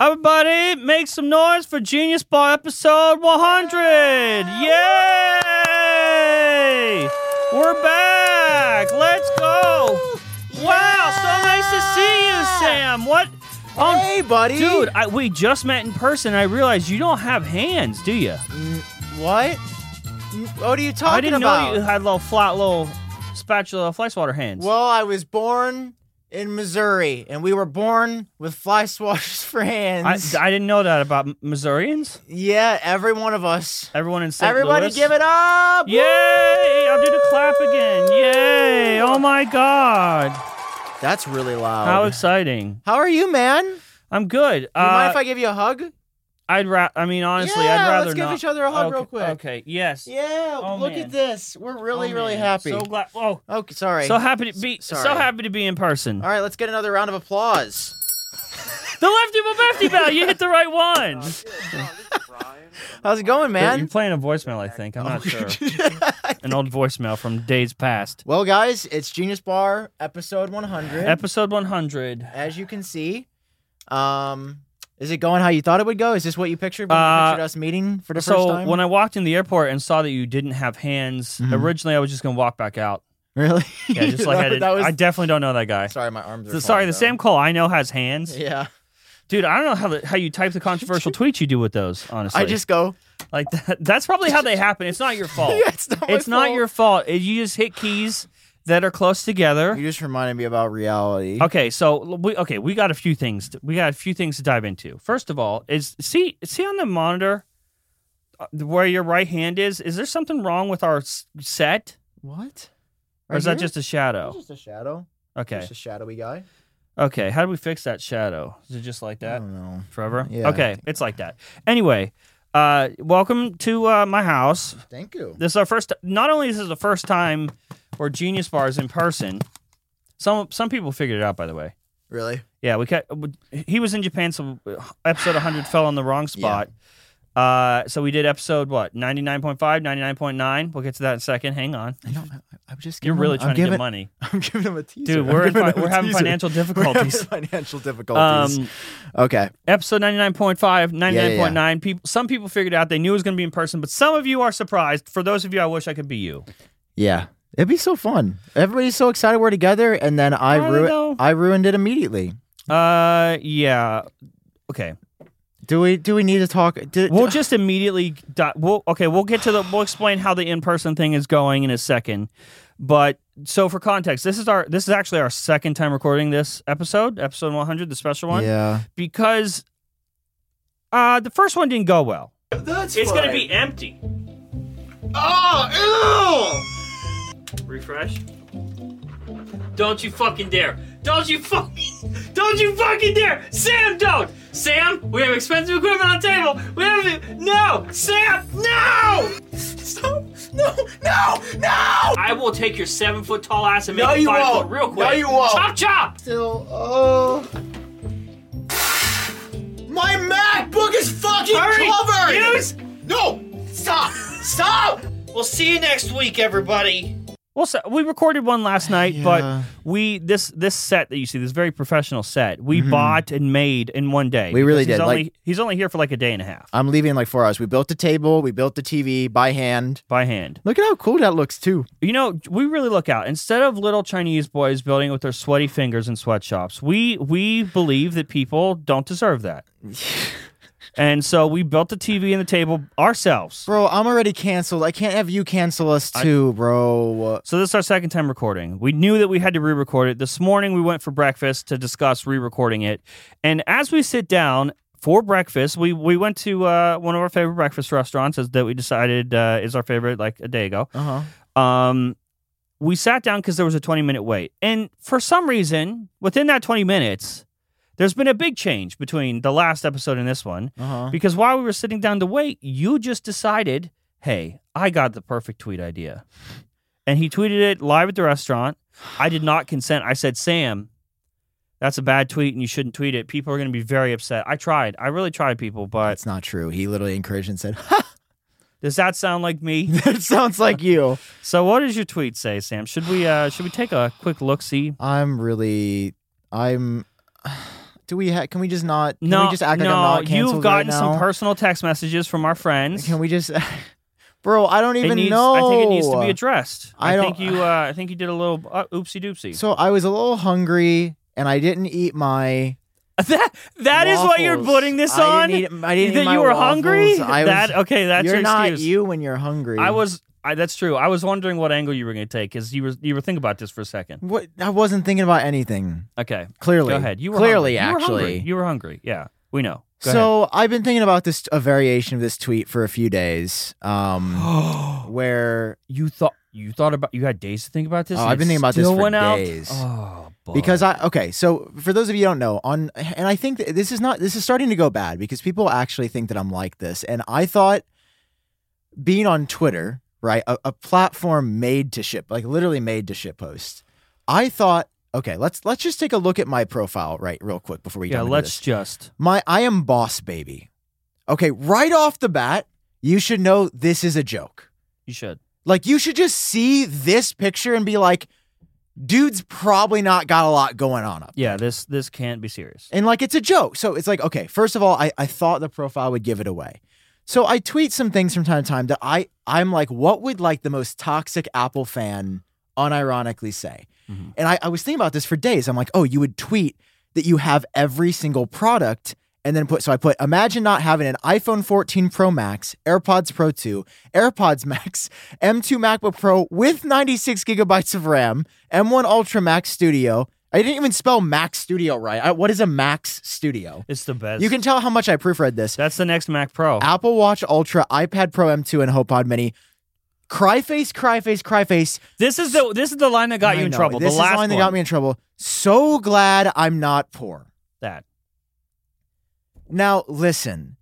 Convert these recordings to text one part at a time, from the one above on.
Everybody, make some noise for Genius Bar episode 100! Yay! We're back! Let's go! Wow, so nice to see you, Sam. What? on- Hey, buddy. dude, I, we just met in person. and I realized you don't have hands, do you? What? What are you talking I didn't about? know you had little flat, little spatula, fly swatter hands. Well, I was born in Missouri, and we were born with fly swatters for I, hands. I didn't know that about M- Missourians. yeah, every one of us. Everyone in St. Everybody, Louis. give it up! Yay! I'll do the clap again. Yay! Oh my God! That's really loud. How exciting! How are you, man? You I'm good. Uh, mind if I give you a hug? would ra- I mean, honestly, yeah, I'd rather let's not. give each other a hug okay, real quick. Okay. Yes. Yeah, Oh, look man. at this. We're really, Oh, really man. happy. So glad. Oh, okay, sorry. so happy to be. S- So sorry. happy to be in person. All right, let's get another round of applause. The lefty but lefty bell. You hit the right one. How's it going, You're Oh, man? playing a voicemail, I think. I'm not sure. Oh, An old voicemail from days past. well, guys, it's Genius Bar, episode 100. Episode 100. as you can see. Um, is it going how you thought it would go? Is this what you pictured when Uh, you pictured us meeting for the so first time? when I walked in the airport and saw that you didn't have hands, Mhm. originally I was just gonna walk back out. really? Yeah, just like I that, did. that was. I definitely don't know that guy. sorry, my arms. Are So sorry, falling the down. Sam Cole I know has hands. Yeah, Dude, I don't know how the, how you type the controversial tweets you do with those. Honestly, I just go. like that, that's probably how they happen. It's not your fault. Yeah, it's not. my Oh. it's not fault. your fault. It- you just hit keys that are close together. You just reminded me about reality. Okay, so we okay we got a few things. To, we got a few things to dive into. First of all, is see see on the monitor uh, where your right hand is. Is there something wrong with our s- set? What? Or is that just a It's shadow? just a shadow? Okay. Just a shadowy guy. Okay. How do we fix that shadow? Is it just like I that don't know. forever? Mm, Yeah. Okay. It's like that. Anyway, uh, welcome to uh, my house. Thank you. This is our first. Not only is this the first time where Genius Bar is in person. Some some people figured it out, by the way. Really? Yeah, we kept, he was in Japan, so uh, episode 100 fell on the wrong spot. Uh, so we did episode what 99.5, 99.9. We'll get to that in a second. Hang on. I don't. I, I was just. You're giving really him- trying I'm to giving, get money, I'm giving him a teaser. dude. I'm We're in giving fi- him a we're having teaser. financial We're having difficulties. financial difficulties. Um, okay. episode 99.5 99.9 yeah. people some people figured out they knew it was going to be in person but some of you are surprised for those of you i wish i could be you Yeah. It'd be so fun. Everybody's so excited we're together, and then I Kinda though. ruined I ruined it immediately. uh yeah okay Do we do we need to talk? uh, Do, we'll just immediately di- we'll okay we'll get to the we'll explain how the in-person thing is going in a second but so for context this is our this is actually our second time recording this episode episode 100 the special one yeah. because uh the first one didn't go well That's it's gonna be empty Oh, Refresh. Don't you fucking dare. Don't you fucking Don't you fucking dare! Sam don't! Sam, we have expensive equipment on table! We have No! Sam! No! Stop! No! No! No! I will take your seven foot tall ass and make No, it you 5 won't. foot real quick. No, you won't. Chop chop! Still. Oh. My MacBook is fucking Hurry! covered. Use No. Stop. Stop. We'll see you next week, everybody. Well, so we recorded one last night, Yeah. but we this this set that you see, this very professional set, we bought and made in one day. We really because he's did, Only, like- he's only here for like a day and a half I'm leaving in like four hours. We built the table. We built the TV by hand. by hand. Look at how cool that looks too. You know, we really look out. Instead of little Chinese boys building with their sweaty fingers in sweatshops, we we believe that people don't deserve that. and so we built the TV and the table ourselves. Bro, I'm already canceled. I can't have you cancel us too, bro. So this is our second time recording. We knew that we had to re-record it. This morning we went for breakfast to discuss re-recording it. And as we sit down for breakfast, we we went to uh, one of our favorite breakfast restaurants as- that we decided uh, is our favorite like a day ago. Uh huh. Um, we sat down because there was a 20 minute wait. And for some reason, within that 20 minutes, there's been a big change between the last episode and this one. Uh huh. Because while we were sitting down to wait, you just decided, hey, I got the perfect tweet idea. And he tweeted it live at the restaurant. I did not consent. I said, Sam, that's a bad tweet and you shouldn't tweet it. People are going to be very upset. I tried. I really tried, people, but That's not true. He literally encouraged and said, ha, does that sound like me? "That sounds like you." So what does your tweet say, Sam? Should we uh should we take a quick look see? I'm really, I'm. Do we ha- can we just not? Can no, we just act no, like I'm not canceled you've gotten right now? some personal text messages from our friends. Can we just, bro? I don't it even needs, know. I think it needs to be addressed. I don't- think you. Uh, I think you did a little uh, oopsie doopsie. So I was a little hungry and I didn't eat my. that that is what you're waffles. putting this I on. didn't eat- I didn't eat that my you were waffles. hungry. I was, that okay. That's you're your not excuse. you when you're hungry. I was. I, that's true. I was wondering what angle you were going to take because you were you were thinking about this for a second. What? I wasn't thinking about anything. Okay, Clearly, go ahead. You were clearly hungry. actually. you were hungry. You were hungry. Yeah, we know. Go so I've been thinking about this a variation of this tweet for a few days. Um, ahead. where you thought you thought about you had days to think about this. Oh, and I've it been thinking about this still for went out? days. Oh, bud. because I okay, so for those of you who don't know, on and I think that this is not this is starting to go bad because people actually think that I'm like this, and I thought being on Twitter, right, a, a platform made to ship, like literally made to ship posts. I thought, okay, let's let's just take a look at my profile, right, real quick before we yeah, dive into let's this. just My I am boss baby. Okay, right off the bat, you should know this is a joke. you should. Like you should just see this picture and be like, dude's probably not got a lot going on up. Yeah, this this can't be serious. And like it's a joke. So it's like, okay, first of all, I, I thought the profile would give it away. So I tweet some things from time to time that I I'm like, what would like the most toxic Apple fan unironically say? Mhm. And I, I was thinking about this for days. I'm like, oh, you would tweet that you have every single product and then put so I put imagine not having an iPhone 14 Pro Max, AirPods Pro 2, AirPods Max, M2 MacBook Pro with 96 gigabytes of RAM, M1 Ultra Max Studio. I didn't even spell Max Studio right. I, what is a Max Studio? It's the best. You can tell how much I proofread this. That's the next Mac Pro. Apple Watch Ultra, iPad Pro M2, and HomePod Mini. Cryface, cryface, cryface. This is the this is the line that got you I in know, trouble. This the last is the line one. that got me in trouble. So glad I'm not poor. that. Now listen,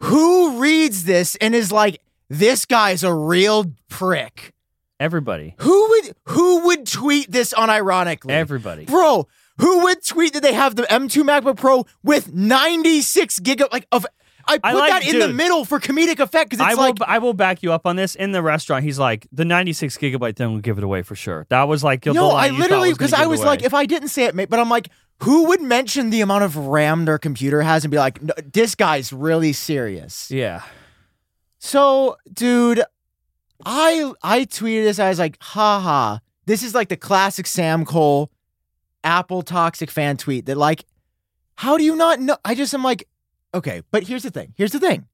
who reads this and is like, "This guy's a real prick"? Everybody. Who would who would tweet this unironically? Everybody. Bro, who would tweet that they have the M2 MacBook Pro with 96 gig of- like of? I put I like- that in the dude. middle for comedic effect because I it's will like I will back you up on this. In the restaurant, he's like, the 96 gigabyte thing will give it away for sure. That was like the no, line I you thought literally was gonna because I give it was away. like, if I didn't say it, ma- but I'm like, who would mention the amount of RAM their computer has and be like, "No, this guy's really serious? yeah, So, dude, I I tweeted this. I was like, haha, this is like the classic Sam Cole Apple toxic fan tweet that like, how do you not know? I just am like, okay, but here's the thing. Here's the thing.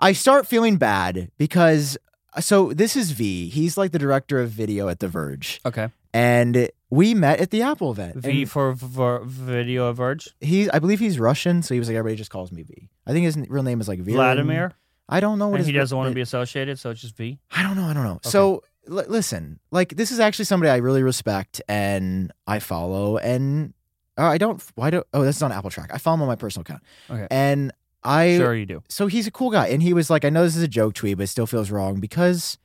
I start feeling bad because so this is V. He's like the director of video at The Verge. okay. And we met at the Apple event. V And for, for video of Verge. he I believe he's Russian, so he was like, everybody just calls me V. I think his real name is like Viren. Vladimir, I don't know what and his he doesn't want real- to be associated, so it's just V. I don't know. I don't know. So l- listen, like this is actually somebody I really respect and I follow, and uh, I don't. Why do? Oh, this is on Apple Track. I follow him on my personal account. Okay. And I. Sure, you do. So he's a cool guy, and he was like, I know this is a joke tweet, but it still feels wrong because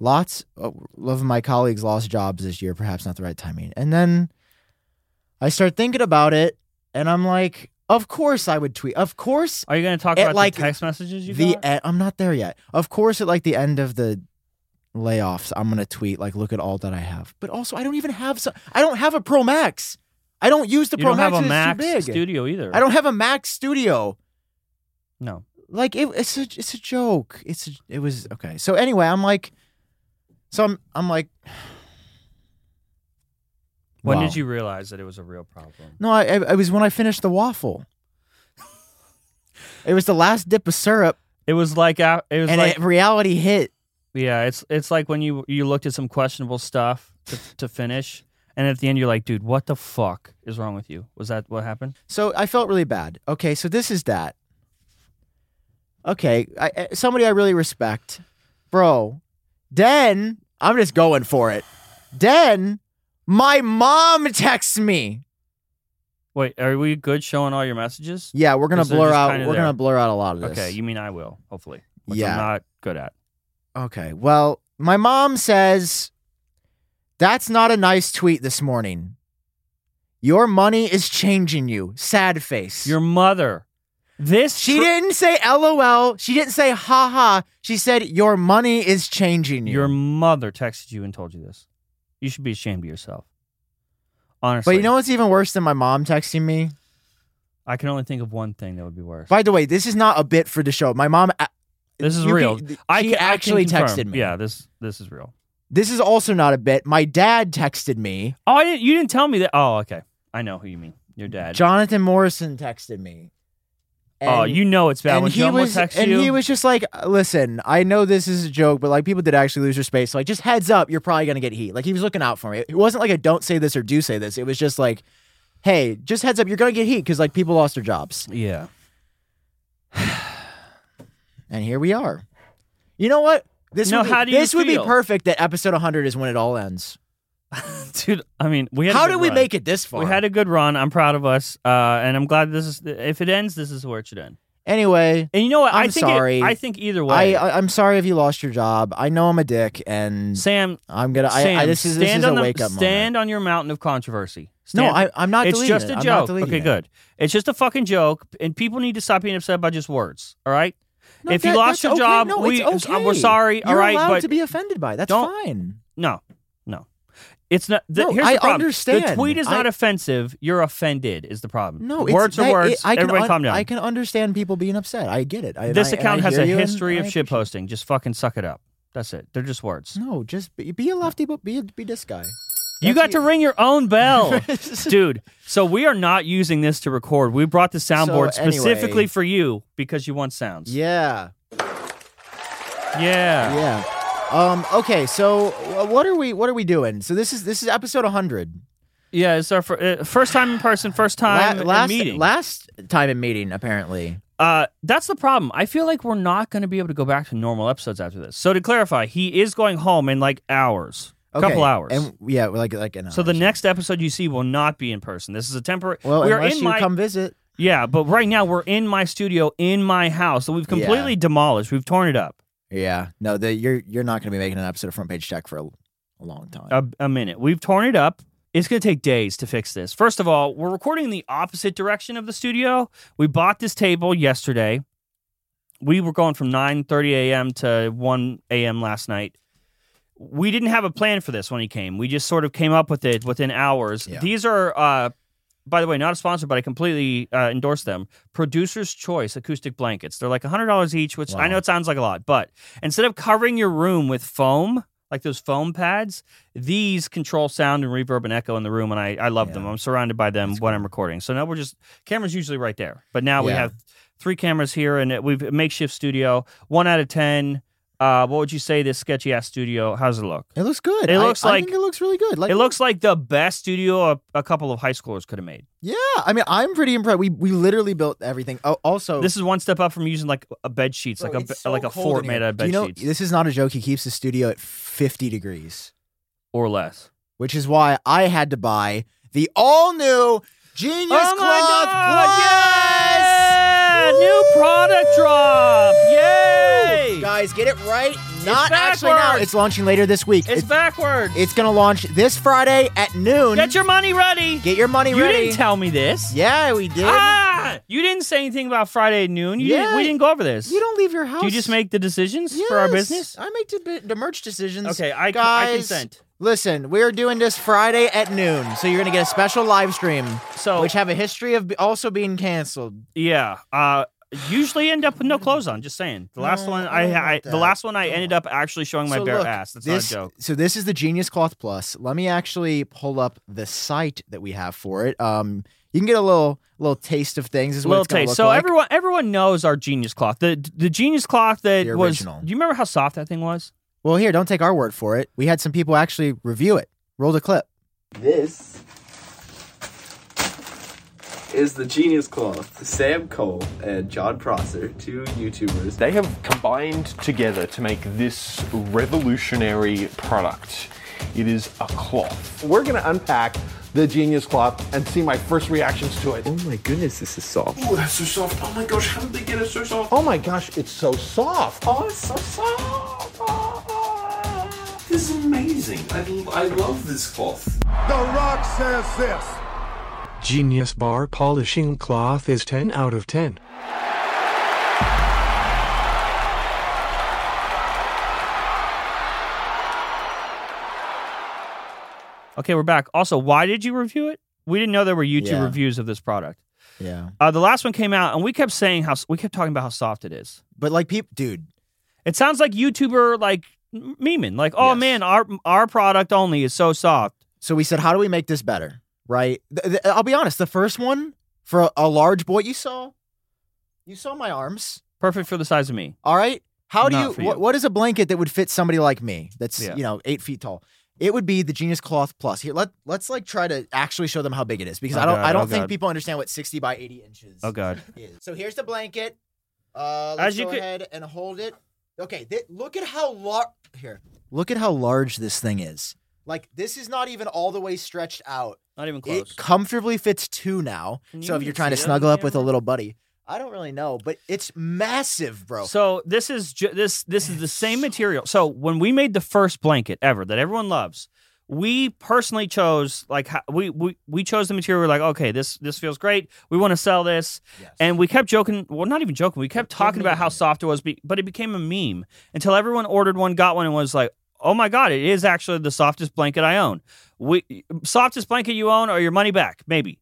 lots oh, of my colleagues lost jobs this year. Perhaps not the right timing. And then I start thinking about it, and I'm like, of course I would tweet. Of course Are you going to talk It, about like, the text messages you the got? e- I'm not there yet. Of course, at like the end of the layoffs, I'm gonna tweet like, "Look at all that I have." But also, I don't even have so- I don't have a Pro Max. I don't use the you Pro don't Max. have a it's Mac too big. Studio either. I don't have a Mac Studio. No. Like it, it's a it's a joke. It's a, it was okay. So anyway, I'm like, so I'm I'm like, When Wow. did you realize that it was a real problem? No, I, I it was when I finished the waffle. it was the last dip of syrup, It was like a- it was and like uh, it, reality hit. Yeah, it's it's like when you you looked at some questionable stuff to, to finish, and at the end you're like, dude, what the fuck is wrong with you? Was that what happened? So I felt really bad. Okay, so this is that. Okay, I, I- somebody I really respect, bro. Then I'm just going for it. Then my mom texts me. Wait, are we good showing all your messages? Yeah, we're gonna Because they're blur just out. kinda We're there. gonna blur out a lot of this. Okay, you mean I will hopefully, which Yeah. I'm not good at. Okay. Well, my mom says that's not a nice tweet this morning. Your money is changing you. Sad face. Your mother, this She tr- didn't say LOL. She didn't say ha ha. She said your money is changing you. Your mother texted you and told you this. You should be ashamed of yourself. Honestly, But you know what's even worse than my mom texting me? I can only think of one thing that would be worse. By the way, this is not a bit for the show. My mom. a- This is you real. can- I she ca- I can actually confirm. texted me. Yeah, this this is real. This is also not a bit. My dad texted me. Oh, I didn't. You didn't tell me that. Oh, okay. I know who you mean. Your dad. Jonathan Morrison texted me. oh, And- you know it's bad and when he John will was text and you. he was just like, listen, I know this is a joke, but like people did actually lose their space. So like, just heads up, you're probably gonna get heat. Like he was looking out for me. It wasn't like a don't say this or do say this. It was just like, hey, just heads up, you're gonna get heat because like people lost their jobs. yeah. And here we are. You know what? This No, would be, how do you this would be feel? perfect. That episode 100 is when it all ends. Dude, I mean, we had a How good did we run. make it this far? We had a good run. I'm proud of us, uh, and I'm glad this is. If it ends, this is where it should end. anyway. And you know what? I I'm think it- sorry. I think either I, way, I um, I'm sorry if you lost your job. I know I'm a dick, and Sam, I'm gonna. I, Sam, I this is stand this is on a the, wake up moment. Stand on your mountain of controversy. No, Stand- I, I'm not. it's deleting just it. a I'm not joke. deleting Okay, it. good. It's just a fucking joke, and people need to stop being upset by just words. All right. No, if you that- lost that's your okay. job, No, we uh, it's okay. we're sorry. You're all right, allowed but to be offended by. it. That's don't- fine. no, no, it's not. The, No, here's I the problem. The understand. tweet is I- not offensive. You're offended is the problem. No, it's, words that- are it- words. I can Everybody, un- calm down. I can understand people being upset. I get it. I, and this I- and account I has hear a you and history I of appreciate shit posting. Just fucking suck it up. That's it. They're just words. it. No, just be, be a lefty, but be be this guy. You got That's to ring your own bell. Dude, so we are not using this to record. We brought the soundboard So, anyway- specifically for you because you want sounds. Yeah, Yeah. yeah. Um. Okay. So, wh- what are we? What are we doing? So this is this is episode 100. Yeah, it's our fir- uh, first time in person, first La- time in last meeting. last time in meeting apparently. uh, that's the problem. I feel like we're not going to be able to go back to normal episodes after this. So to clarify, he is going home in like hours, a Okay, couple hours. And yeah, like like an so the hour. next episode you see will not be in person. This is a temporary. well, we are unless in you my come visit. yeah, but right now we're in my studio, in my house. So we've Yeah. completely demolished. We've torn it up. Yeah, no, the, you're you're not going to be making an episode of Front Page Tech for a, a long time. a, a minute. We've torn it up. It's going to take days to fix this. First of all, we're recording in the opposite direction of the studio. We bought this table yesterday. We were going from 9:30 a.m. to 1 a.m. last night. We didn't have a plan for this when he came. We just sort of came up with it within hours. Yeah. These are uh by the way, not a sponsor, but I completely uh, endorse them. Producer's Choice acoustic blankets. They're like $100 each, which I Wow. know it sounds like a lot, but instead of covering your room with foam, like those foam pads, these control sound and reverb and echo in the room, and I, I love them. Yeah. I'm surrounded by them That's when cool. I'm recording. So now we're just cameras usually right there, but now we Yeah. have three cameras here, and it- we've a makeshift studio. One out of ten. Uh, what would you say this sketchy ass studio? How's it look? it looks good. it I- looks I like- think it looks really good. Like It looks like the best studio a, a couple of high schoolers could have made. yeah. I mean, I'm pretty impressed. We we literally built everything. Oh, also, This is one step up from using like a bed sheets, Bro, like a it's be- so like a cold fort in made here. out of Do bed you know, sheets This is not a joke. He keeps the studio at 50 degrees, or less. which is why I had to buy the all new Genius Oh my Cloth God, Plus. Yeah, new product drop! Yay! Guys, get it right. Not actually now. backwards. It's launching later this week. It's backwards. it's going to launch this Friday at noon. Get your money ready. Get your money you ready. didn't tell me this. Yeah, we did. Ah! You didn't say anything about Friday at noon. You Yeah. didn't, we didn't go over this. You don't leave your house. Do you just make the decisions for our Yes, business? I make the, the merch decisions. Okay, I, Guys, I consent. Listen, we're doing this Friday at noon, so you're gonna get a special live stream, So which have a history of be- also being canceled. yeah, uh, usually end up with no clothes on. Just saying. The last No, one, I I, don't I, want the that. last one, I Don't ended up actually showing my So bare look, ass. That's this, not a joke. So this is the Genius Cloth Plus. Let me actually pull up the site that we have for it. Um, you can get a little little taste of things. Is what Little it's gonna taste. look So like. everyone, everyone knows our genius cloth. The the genius cloth that The was. Do original. you remember how soft that thing was? Well, here, don't take our word for it. We had some people actually review it. Roll the clip. This is the Genius Cloth. Sam Cole and John Prosser, two YouTubers. They have combined together to make this revolutionary product. It is a cloth. We're going to unpack the Genius Cloth and see my first reactions to it. Oh my goodness, this is soft. Oh, that's so soft. Oh my gosh, how did they get it so soft? Oh my gosh, it's so soft. Oh, it's so Oh, soft. This is amazing. I, I love this cloth. The Rock says this. Genius Bar Polishing Cloth is 10 out of 10. Okay, we're back. Also, why did you review it? We didn't know there were YouTube Yeah. reviews of this product. Yeah. Uh, the last one came out, and we kept saying how we kept talking about how soft it is. But like people dude, It sounds like YouTuber like m- memeing, like, oh Yes. man, our our product only is so soft. so we said how do we make this better? Right? Th- th- I'll be honest, the first one for a, a large boy you saw you saw my arms. Perfect for the size of me. All right. How do Not you, for what- you. what is a blanket that would fit somebody like me that's, Yeah. you know, eight feet tall? It would be the Genius Cloth Plus. Here, let, let's like try to actually show them how big it is because Oh I don't, God, I don't oh think God. people understand what 60 by 80 inches Oh god. is. So here's the blanket. Uh, let's As you go could- ahead and hold it. Okay. thi- look at how large, here, look at how large this thing is. Like, this is not even all the way stretched out. Not even It comfortably fits two now. Can you So if even you're trying to see that on snuggle up with a camera? little buddy, I don't really know, but it's massive, bro. So this is ju- this this is the same material. So when we made the first blanket ever that everyone loves, we personally chose like ho- we we we chose the material. We're like, okay, this this feels great. We want to sell this, Yes. and we kept joking. Well, not even joking. We kept talking me about a how minute. soft it was, be- but it became a meme until everyone ordered one, got one, and was like, oh my god, it is actually the softest blanket I own. We softest blanket you own, or your money back, maybe.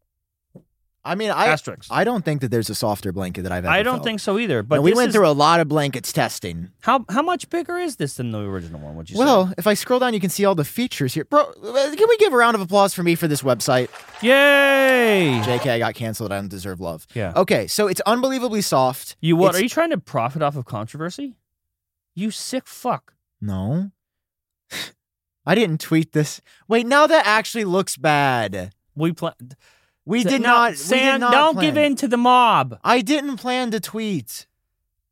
I mean, I Asterisk. I, I don't think that there's a softer blanket that I've ever. don't felt. think so either. But And we this went is- through a lot of blankets testing. how how much bigger is this than the original one? Would you say? Well, if I scroll down, you can see all the features here, bro. uh, Can we give a round of applause for me for this website? Yay! Jk, I got canceled. I don't deserve love. Yeah. Okay, so it's unbelievably soft. You what? It's- Are you trying to profit off of controversy? You sick fuck. No. I didn't tweet this. Wait, now that actually looks bad. We plan. We did not. we did Sam, not don't plan- give in to the mob. I didn't plan to tweet.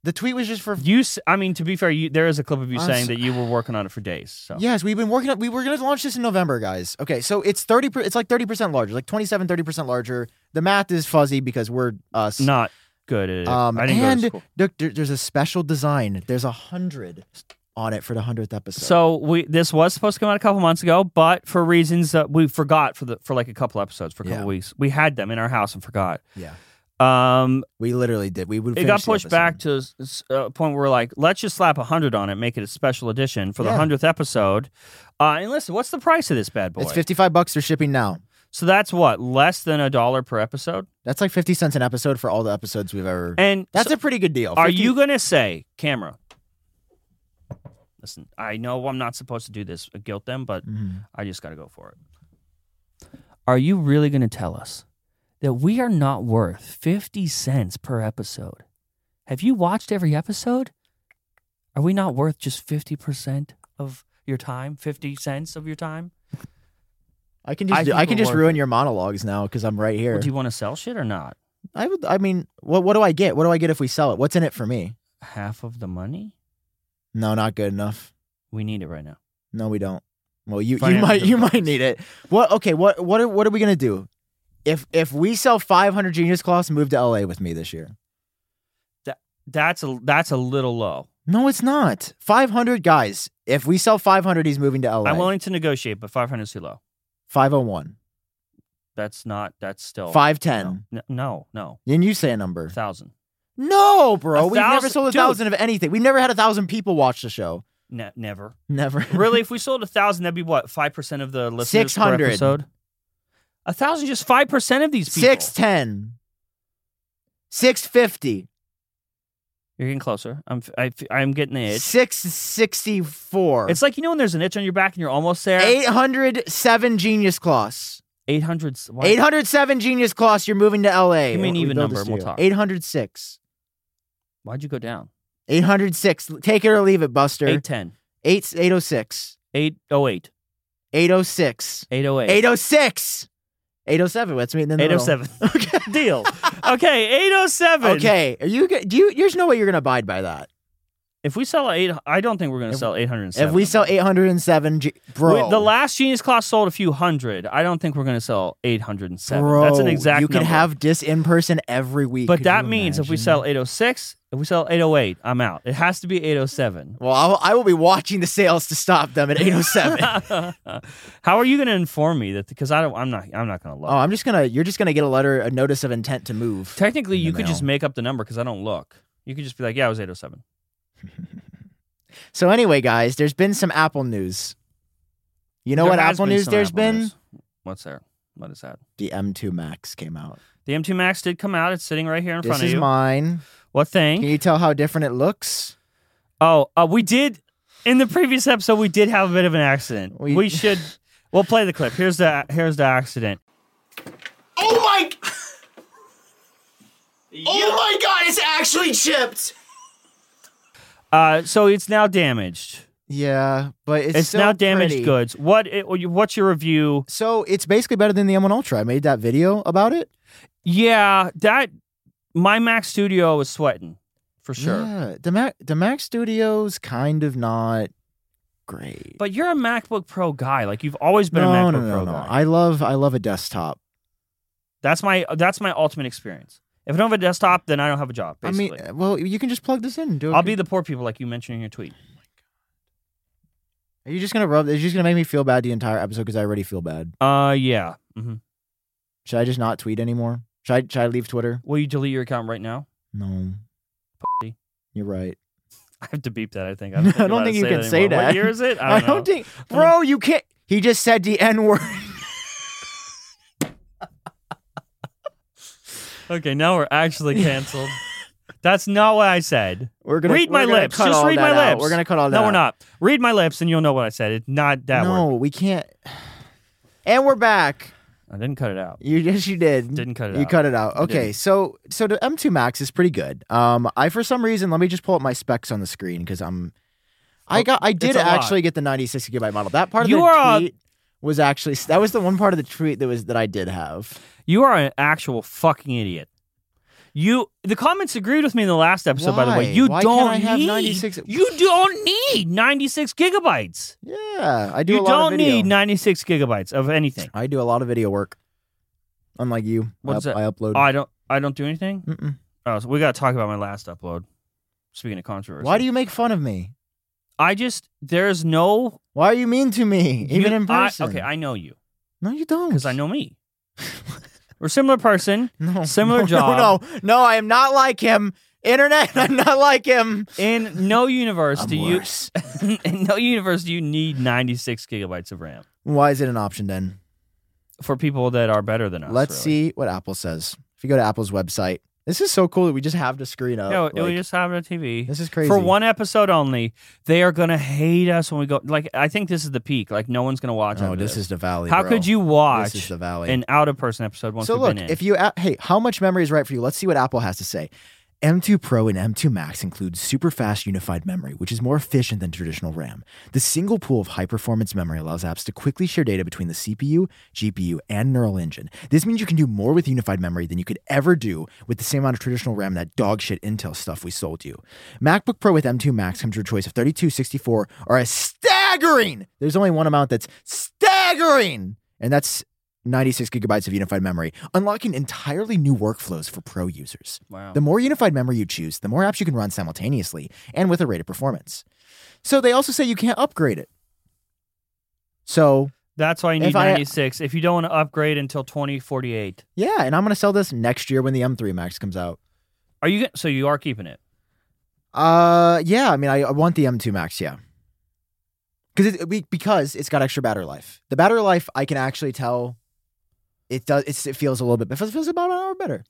The tweet was just for You. s- I mean, to be fair, you, there is a clip of you I'm saying s- that you were working on it for days. So Yes, we've been working on we were going to launch this in November, guys. Okay, so it's 30 per, it's like 30% larger, like 27 30% larger. The math is fuzzy because we're us. not good. At it. um I didn't go to and school. there- there- there's a special design. There's a 100 on it for the 100th episode. So we this was supposed to come out a couple months ago, but for reasons that we forgot for the for like a couple episodes for a couple Yeah. weeks, we had them in our house and forgot. Yeah. Um, we literally did. We would it got pushed back to s- s- a point where we're like, let's just slap a hundred on it, make it a special edition for the Yeah. hundredth episode. Uh, and listen, what's the price of this bad boy? It's 55 bucks they're shipping now. so that's what less than a dollar per episode. That's like 50 cents an episode for all the episodes we've ever And That's so a pretty good deal. are 50 you gonna say camera? Listen, I know I'm not supposed to do this, uh, guilt them, but Mhm. I just got to go for it. Mm-hmm. Are you really going to tell us that we are not worth 50 cents per episode? Have you watched every episode? Are we not worth just 50% of your time, 50 cents of your time? I can I just do- think I, can we're just worth ruin it. your monologues now cuz I'm right here. Well, do you want to sell shit or not? I would I mean, what what do I get? What do I get if we sell it? What's in it for me? Half of the money? No, not good enough. We need it right now. No, we don't. Well, you you Financial might you might difficulties. need it. What? Okay. What what are, what are we gonna do? If if we sell 500 Genius Cloths, move to LA with me this year. That's a that's a little low. No, it's not 500 guys. If we sell 500, he's moving to LA. I'm willing to negotiate, but 500 is too low. 501, That's not that's still 510. No, no, no. And you say a number. 1000. No, bro. A We've never thousand- sold a Dude. thousand of anything. We've never had a thousand people watch the show. Ne- never. Never. really, if we sold a thousand, that'd be what five percent of the listeners per 600. episode. A thousand, just five percent of these people. 610. 650. You're getting closer. I'm, f- I, am getting the itch. 664. It's like you know when there's an itch on your back and you're almost there. 807 Genius Cloths. eight hundred. why- 807 Genius Closs, you're moving to LA. Give me an We even built number a and we'll studio. talk. 806. Why'd you go down? 806. Take it or leave it, Buster. oh Eight ten. 8, 806. Eight oh eight. 806. Eight oh eight. 806. 807. Let's meet in the Eight middle. oh seven. Okay. Deal. Okay. Eight oh seven. Okay. Are you, go- do you, there's no way you're going to abide by that. If we sell eight, I don't think we're gonna If- sell eight hundred. seven. If we sell 807, G- bro. the last Genius Class sold a few hundred. I don't think we're gonna sell eight hundred and seven. bro, That's an exact. You can number. have dis in person every week. But Could that you means if we imagine? sell 806, if we sell 808, I'm out. It has to be 807. Well, I will, I will be watching the sales to stop them at 807. How are you going to inform me that? Because I don't. I'm not. I'm not going to look. oh, I'm just going to, you're just going to get a letter, a notice of intent to move. Technically, in the you could just mail. make up the number because I don't look. You could just be like, yeah, it was 807. So anyway, guys, there's been some Apple news. You know what Apple news There's there's been? What's there? What is that? The M2 Max came out. The M2 Max did come out. It's sitting right here in This front of is you. mine. what thing? Can you tell how different it looks? Oh, uh, we did in the previous episode. We did have a bit of an accident. We, We- should. We'll play the clip. Here's the here's the accident. Oh my! Oh my god, it's actually chipped! Uh, so it's now damaged. Yeah, but it's It's, still now damaged pretty. goods. What it, what's your review? So it's basically better than the M1 Ultra. I made that video about it. Yeah, that my Mac Studio is sweating for sure. Yeah, the Mac the Mac Studio's kind of not great. But you're a MacBook Pro guy. Like you've always been no, a MacBook no, no, Pro no. guy. I love I love a desktop. that's my that's my ultimate experience. If I don't have a desktop, then I don't have a job. Basically, I mean, well, you can just plug this in. And do it. I'll be the poor people like you mentioned in your tweet. Are you just gonna rub? Are you just gonna make me feel bad the entire episode because I already feel bad? Uh, yeah. hmm Should I just not tweet anymore? Should I should I leave Twitter? Will you delete your account right now? No. Pussy. You're right. I have to beep that. I think. I don't think I don't I'm think allowed to you say can that say anymore. What What that. year year is it? I don't, think, bro. You can't. He just said the N word. Okay, now we're actually canceled. That's not what I said. We're gonna read we're my gonna lips. cut Just all read my that out. lips. We're gonna cut all that. No, we're out. not. Read my lips, and you'll know what I said. It's not that no, word. we can't. And we're back. I didn't cut it out. You yes, you did. Didn't cut it you out. cut it out. I Okay, didn't. so so the M2 Max is pretty good. Um, I for some reason let me just pull up my specs on the screen because I'm. I got. I did Oh, a lot. actually get the 96 gigabyte model. That part of You the are a- tweet was actually that was the one part of the tweet that was that I did have. You are an actual fucking idiot. You the comments agreed with me in the last episode, by the way. Why? You Why don't can't I have need 96 You don't need 96 gigabytes. Yeah, I do. You a lot of don't video. need 96 gigabytes of anything. I do a lot of video work. Unlike you, What is I, that? I upload. Oh, I don't I don't do anything? Mm-mm. Oh, so we got to talk about my last upload. Speaking of controversy. Why do you make fun of me? I just there's no Why are you mean to me, even you- in I- person? okay, I know you no, you don't. because I know me. We're a similar person, No, Similar no, job. No, no, no, I am not like him. Internet, I'm not like him. in no universe I'm do you worse. in no universe do you need 96 gigabytes of RAM Why is it an option then? for people that are better than us. Let's really. see what Apple says. If you go to Apple's website, this is so cool that we just have the screen up. No, like, we just have it on TV. this is crazy. For one episode only, they are gonna hate us when we go. Like, I think this is the peak. Like, no one's gonna watch. no, after Oh, this is the valley. How bro. could you This is watch the valley. an out of person episode once so we've look, been in? if you a- hey, how much memory is right for you? Let's see what Apple has to say. M2 Pro and M2 Max include super fast unified memory, which is more efficient than traditional RAM. The single pool of high performance memory allows apps to quickly share data between the CPU, GPU, and neural engine. This means you can do more with unified memory than you could ever do with the same amount of traditional RAM that dog shit Intel stuff we sold you. MacBook Pro with M2 Max comes with a choice of 32, 64, or a staggering, there's only one amount that's staggering, and that's 96 gigabytes of unified memory, unlocking entirely new workflows for pro users. wow. The more unified memory you choose, the more apps you can run simultaneously and with a rate of performance. So they also say you can't upgrade it. So, That's why you need if I- 96. if you don't want to upgrade until 2048, yeah, and I'm going to sell this next year when the M3 Max comes out. are you? So you are keeping it. Uh, yeah, I mean, I, I want the M2 Max, yeah. Because it, be- because it's got extra battery life. The battery life, I can actually tell it does. It's, it feels a little bit, it feels about an hour better.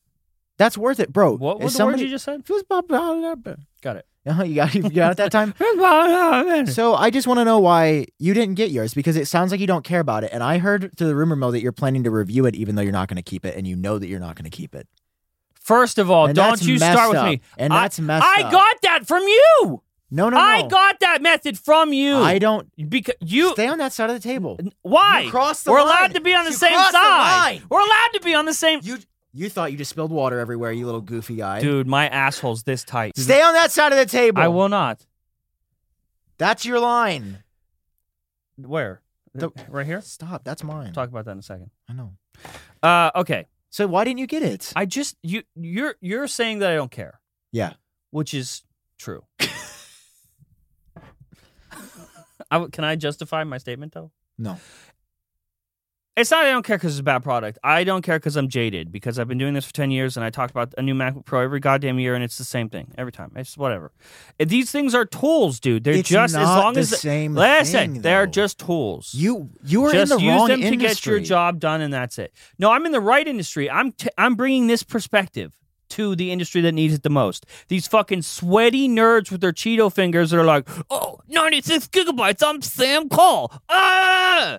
That's worth it, bro. What If was the word somebody- you just said? Feels about about an hour better. Got it. Uh-huh, you got you got it that time. So I just want to know why you didn't get yours because it sounds like you don't care about it. And I heard through the rumor mill that you're planning to review it, even though you're not going to keep it, and you know that you're not going to keep it. First of all, And don't that's you messed start with up. me. And I- that's messed I up. got that from you. No, no, no. I got that method from you. I don't because you stay on that side of the table. why? You crossed the We're line. allowed to be on the You same crossed the side. line. We're allowed to be on the same. You you thought you just spilled water everywhere, you little goofy guy. Dude, my asshole's this tight. Stay on that side of the table. I will not. That's your line. Where? The- right here. Stop. That's mine. Talk about that in a second. I know. Uh, okay. So why didn't you get it? I just you you're you're saying that I don't care, yeah. which is true. I w- can I justify my statement though? No. It's not I don't care because it's a bad product. I don't care because I'm jaded because I've been doing this for 10 years and I talk about a new MacBook Pro every goddamn year and it's the same thing every time. It's whatever. Uh, These things are tools, dude. They're It's just as not long the as same Listen, thing, they are though. just tools. You you were just in the use wrong them industry. to get your job done and that's it. No, I'm in the right industry. I'm t- I'm bringing this perspective to the industry that needs it the most. These fucking sweaty nerds with their Cheeto fingers that are like, "Oh, 96 gigabytes. I'm Sam Cole." Ah!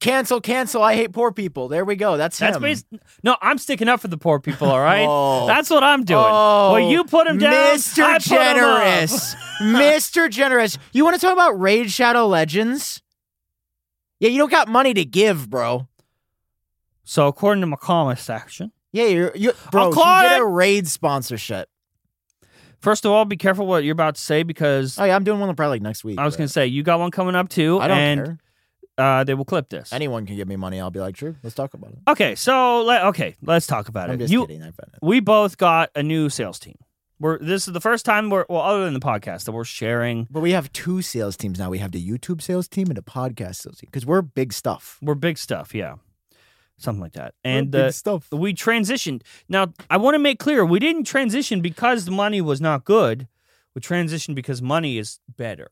Cancel, cancel. I hate poor people. There we go. That's That's him. bas- no, I'm sticking up for the poor people. All right, Oh. that's what I'm doing. Oh, well, you put him down, Mr. I put 'em up. Generous. Mr. Generous. You want to talk about Raid Shadow Legends? Yeah, you don't got money to give, bro. So according to my comment section, Yeah, you're, you bro, I'll you call get it- a raid sponsorship. first of all, be careful what you're about to say because Oh yeah, I'm doing one probably like next week. I was but going to say you got one coming up too, I don't and care. Uh, they will clip this. Anyone can give me money. I'll be like, true. Let's talk about it. Okay, so let, okay, let's talk about I'm it. just You, kidding. I found it. we both got a new sales team. We're this is the first time we're well, other than the podcast that we're sharing. But we have two sales teams now. We have the YouTube sales team and the podcast sales team because we're big stuff. We're big stuff, yeah, something like that. And We're big uh, stuff. we transitioned. Now, I want to make clear we didn't transition because the money was not good. We transitioned because money is better.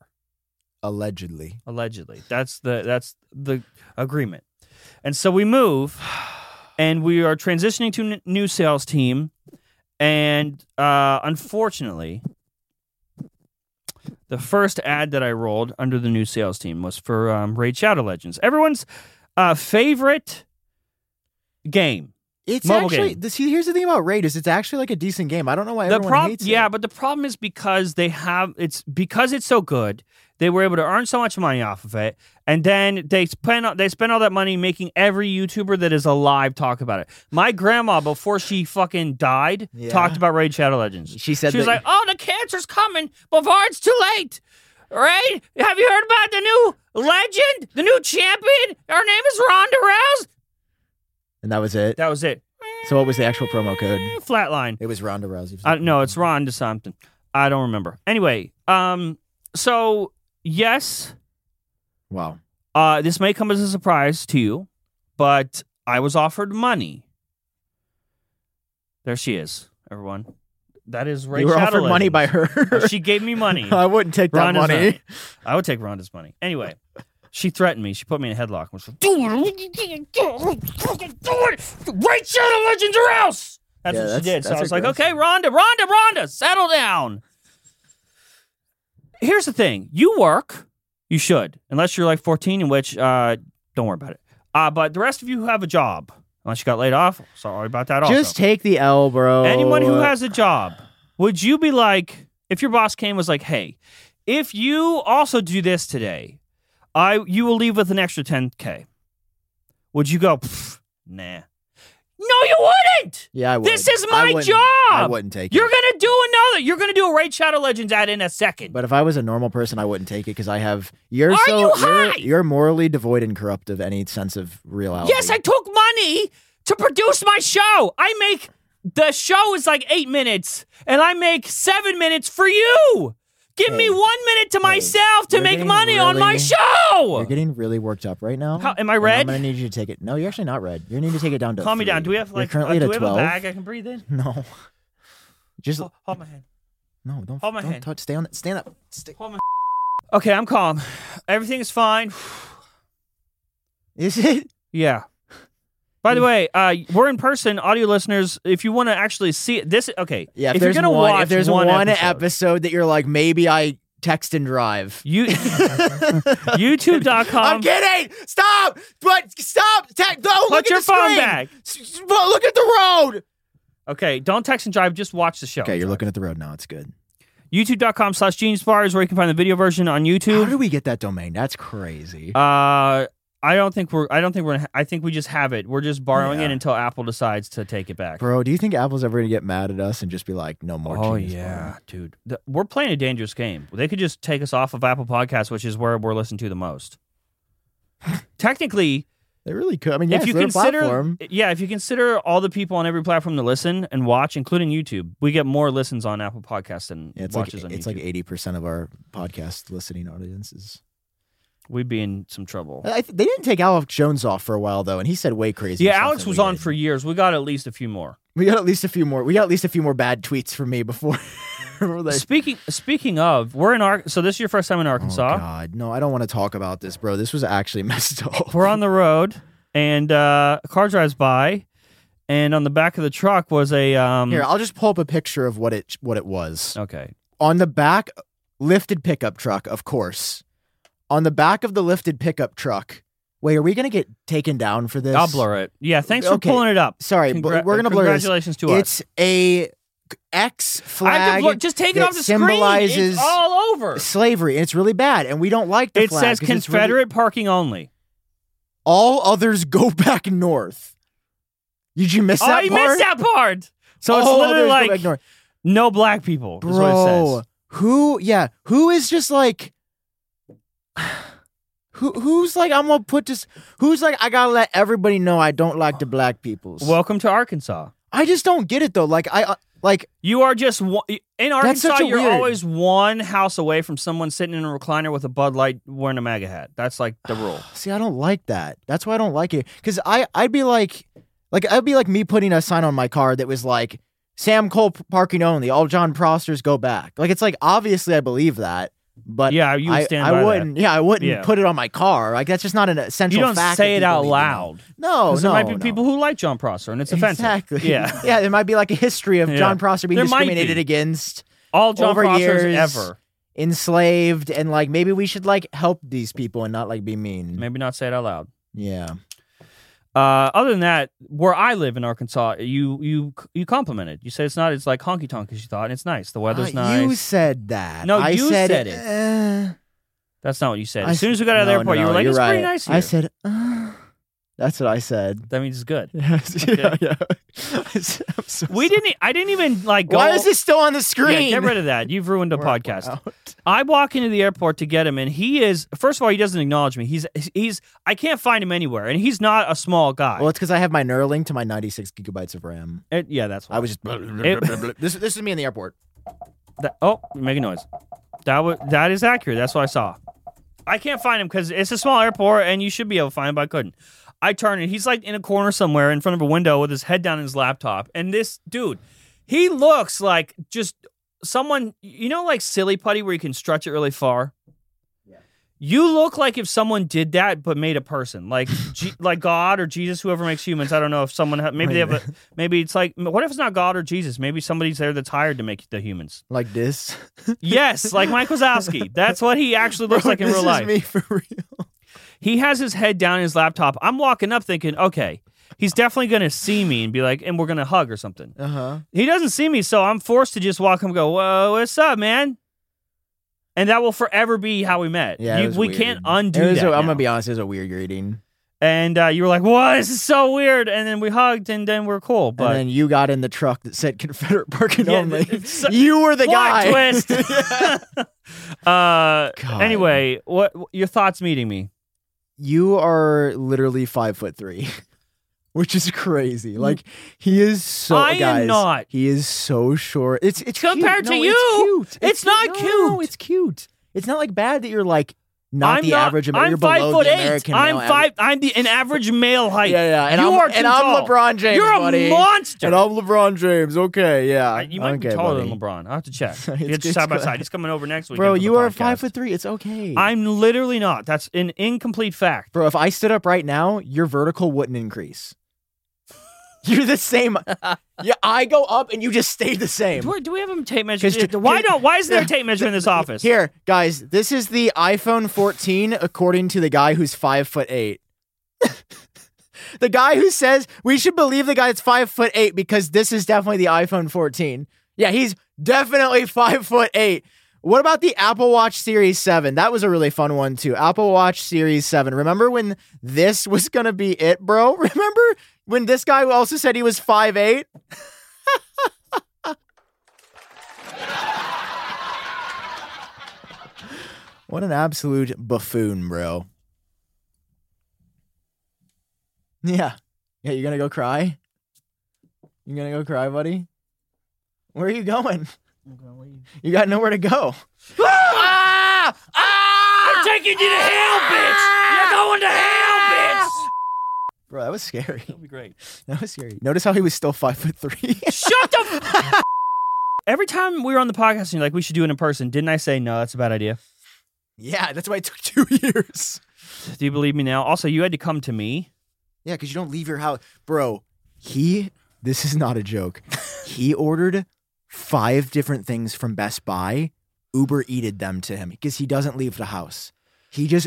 Allegedly. allegedly that's the that's the agreement and so we move and we are transitioning to a n- new sales team and uh unfortunately the first ad that i rolled under the new sales team was for um, raid shadow legends everyone's uh favorite game It's Mobile actually game. the see. Here's the thing about Raid is it's actually like a decent game. I don't know why the everyone problem hates yeah it. but the problem is because they have it's because it's so good they were able to earn so much money off of it and then they spend they spend all that money making every youtuber that is alive talk about it my grandma before she fucking died Yeah. talked about raid shadow legends She said she was like that- oh the cancer's coming before it's too late right have you heard about the new legend the new champion her name is ronda rouse and that was it. that was it So what was the actual promo code? flatline It was Ronda Rousey. I, no, it's Ron to something. I don't remember. Anyway, um, so yes, wow. uh, this may come as a surprise to you, but I was offered money. There she is, everyone. That is right. you were offered money by her. She gave me money. I wouldn't take that Rhonda's money. I would take Rhonda's money. Anyway, she threatened me. She put me in a headlock. and Was like, do it. What you gonna do? Fucking do it. Right Shadow Legends or else. That's Yeah, what she that's- did. So I that's was like, aggressive. okay, Rhonda, Rhonda, Rhonda, settle down. Here's the thing. You work. You should. Unless you're like 14, in which, uh, don't worry about it. Uh, but the rest of you who have a job. Unless you got laid off. Sorry about that also. Just take the L, bro. Anyone uh, who has a job, would you be like, if your boss came and was like, hey, if you also do this today, I you will leave with an extra 10k. Would you go, "Pff, nah? No, you wouldn't. Yeah, I would. This is I my wouldn't- job. I wouldn't take You're it. gonna do another. You're gonna do a Raid Shadow Legends ad in a second. But if I was a normal person, I wouldn't take it because I have you're Are so you are high? you're morally devoid and corrupt of any sense of reality. Yes, I took money to produce my show. I make the show is like eight minutes, and I make seven minutes for you. Give me Hey. one minute to myself to You're make getting money on my really- show. You're getting really worked up right now. How- am I and red? I'm gonna need you to take it. No, you're actually not red. You need to take it down to. Calm me down. three. Do we have You're like currently uh, do at we a have a twelve? bag I can breathe in? No. Just Ho- Hold my hand. no. Don't hold my don't hand. touch. Stay on. Stand up. Stay. Okay, I'm calm. Everything's fine. Is it? Yeah. By the Hmm. way, uh, we're in person, audio listeners. If you want to actually see it, this okay. Yeah. If, if there's you're gonna one, watch if there's one, episode. that you're like, maybe I text and drive. you YouTube.com. I'm kidding. Stop. But stop. Te- don't Put look your at the phone screen. back. S- s- well, look at the road. Okay, don't text and drive. Just watch the show. Okay, you're looking at the road now. It's good. YouTube.com slash Genius Bar is where you can find the video version on How did YouTube. we get that domain? That's crazy. Uh, I don't think we're. I don't think we're. gonna ha- I think we just have it. We're just borrowing Yeah. it until Apple decides to take it back. Bro, do you think Apple's ever gonna get mad at us and just be like, no more? Oh Genius yeah, Bar? dude. The- we're playing a dangerous game. They could just take us off of Apple Podcasts, which is where we're listened to the most. Technically, they really could. I mean, yeah, if it's you their consider, platform. yeah, if you consider all the people on every platform to listen and watch, including YouTube, we get more listens on Apple Podcasts than Yeah, it's like watches on it's YouTube. like eighty percent of our podcast listening audience is We'd be in some trouble. I, th- they didn't take Alex Jones off for a while though, and he said way crazy. Yeah, stuff Alex that was we on did. for years. We got at least a few more. We got at least a few more. We got at least a few more bad tweets from me before. We're like, Speaking speaking of, we're in Ar- so this is your first time in Arkansas. Oh, God, no, I don't want to talk about this, bro. This was actually messed up. we're on the road and uh, a car drives by and on the back of the truck was a um Here, I'll just pull up a picture of what it what it was. okay On the back lifted pickup truck, of course. On the back of the lifted pickup truck. Wait, are we going to get taken down for this? i'll blur it yeah thanks for Okay. pulling it up Sorry, Congra- uh, but we're going to blur this. congratulations to us It's a X I have to flag blur- just take it that off the screen symbolizes it's all over slavery, and it's really bad, and we don't like the it flag. says 'cause it's really- confederate parking only all others go back north. Did you miss oh that you part? missed that part Oh, so it's All literally others go like back north. no black people is what it bro says who yeah who is just like who who's like i'm gonna put this who's like i gotta let everybody know i don't like the black peoples welcome to arkansas i just don't get it though like i uh, like you are just one, in Arkansas. such a You're weird- always one house away from someone sitting in a recliner with a Bud Light wearing a MAGA hat. That's like the rule. see i don't like that that's why i don't like it because i i'd be like like i'd be like me putting a sign on my car that was like sam cole p- parking only all john prosters go back like it's like obviously i believe that but yeah, you would I, stand I by that. wouldn't. Yeah, I wouldn't Yeah. put it on my car. Like that's just not an essential. You don't fact that say it people out need to know. loud. No, no. 'Cause there might be no. people who like John Prosser, and it's Exactly. offensive. Yeah, yeah. There might be like a history of Yeah. John Prosser being There might discriminated be. against, all John Over Prossers years. ever. enslaved, and like maybe we should like help these people and not like be mean. Maybe not say it out loud. Yeah. Uh, other than that, where I live in Arkansas, you you you complimented. You said it's not. It's like honky tonk as you thought, and it's nice. The weather's Uh, nice. You said that. No, I you said, said it. uh, That's not what you said. I As soon s- as we got out of the no, airport, no, you were no, like, you're "It's right. pretty nice here." I said. Uh, that's what I said. that means it's good. Yes. Okay. Yeah. yeah. I'm so sorry. We didn't. e- I didn't even like go. Why is this still on the Yeah, screen? get rid of that. You've ruined the We're podcast. out. I walk into the airport to get him, and he is. First of all, he doesn't acknowledge me. He's he's. I can't find him anywhere, and he's not a small guy. Well, it's because I have my Neuralink to my 96 gigabytes of RAM. It- yeah, that's why. I was just. It- this, this is me in the airport. That, oh, you're making noise. That was that is accurate. That's what I saw. I can't find him because it's a small airport, and you should be able to find him. But I couldn't. I turn and he's like in a corner somewhere in front of a window with his head down in his laptop. And this dude, he looks like just someone you know, like silly putty where you can stretch it really far. You look like if someone did that but made a person like G- like God or Jesus, whoever makes humans. I don't know if someone ha- maybe they have a maybe it's like what if it's not God or Jesus? Maybe somebody's there that's hired to make the humans. Like this. Yes, like Mike Wazowski. That's what he actually looks like in this real is life. me for real. He has his head down in his laptop. I'm walking up thinking, okay, he's definitely going to see me and be like, and we're going to hug or something. Uh huh. He doesn't see me, so I'm forced to just walk him and go, whoa, what's up, man? And that will forever be how we met. Yeah. You- it was we weird. can't undo It was that. a- I'm now. gonna be honest. It was a weird greeting. and uh, you were like, "What? This is so weird." And then we hugged, and then we're cool. But and then you got in the truck that said Confederate parking Yeah, only. it's so- you were the plot guy. twist. uh, God. anyway, what your thoughts meeting me? You are literally five foot three, which is crazy. Like he is so. Mm. I am guys, not. He is so short. It's it's cute. Compared to No, you, It's cute. it's not no, no, no, cute. it's cute. It's not like bad that you're like not I'm the not, average I'm American. You're five below foot the eight. American I'm male five. I'm the an average male height. Yeah, yeah. And you I'm, are too and I'm tall. LeBron James. You're a buddy. monster. And I'm LeBron James. Okay, yeah. Uh, You might okay, be taller buddy. than LeBron. I will have to check. It's- It's it's side by good. side. He's coming over next week. Bro, you are five foot three. It's okay. I'm literally not. That's an incomplete fact. Bro, if I stood up right now, your vertical wouldn't increase. You're the same. yeah, I go up and you just stay the same. Do, do we have a tape measure? 'Cause you- Why don't? Why is there a tape measure in this office? Here, guys, this is the iPhone 14 according to the guy who's five foot eight. the guy who says we should believe the guy that's five foot eight because this is definitely the iPhone 14. Yeah, he's definitely five foot eight. What about the Apple Watch Series 7? That was a really fun one too. Apple Watch Series 7. Remember when this was gonna be it, bro? Remember when this guy also said he was five eight? What an absolute buffoon, bro. Yeah. Yeah, you gonna go cry? You gonna go cry, buddy? Where are you going? You got nowhere to go. Ah! Ah! I'm taking you to hell, bitch! You're going to Ah! hell, bitch! Bro, that was scary. That'd be great. That was scary. Notice how he was still five foot three. Shut the f- Every time we were on the podcast and you're like, we should do it in person, didn't I say, no, that's a bad idea? yeah, that's why it took two years. Do you believe me now? Also, you had to come to me. Yeah, because you don't leave your house. Bro, he, this is not a joke. he ordered five different things from Best Buy, Uber Eated them to him because he doesn't leave the house. He just,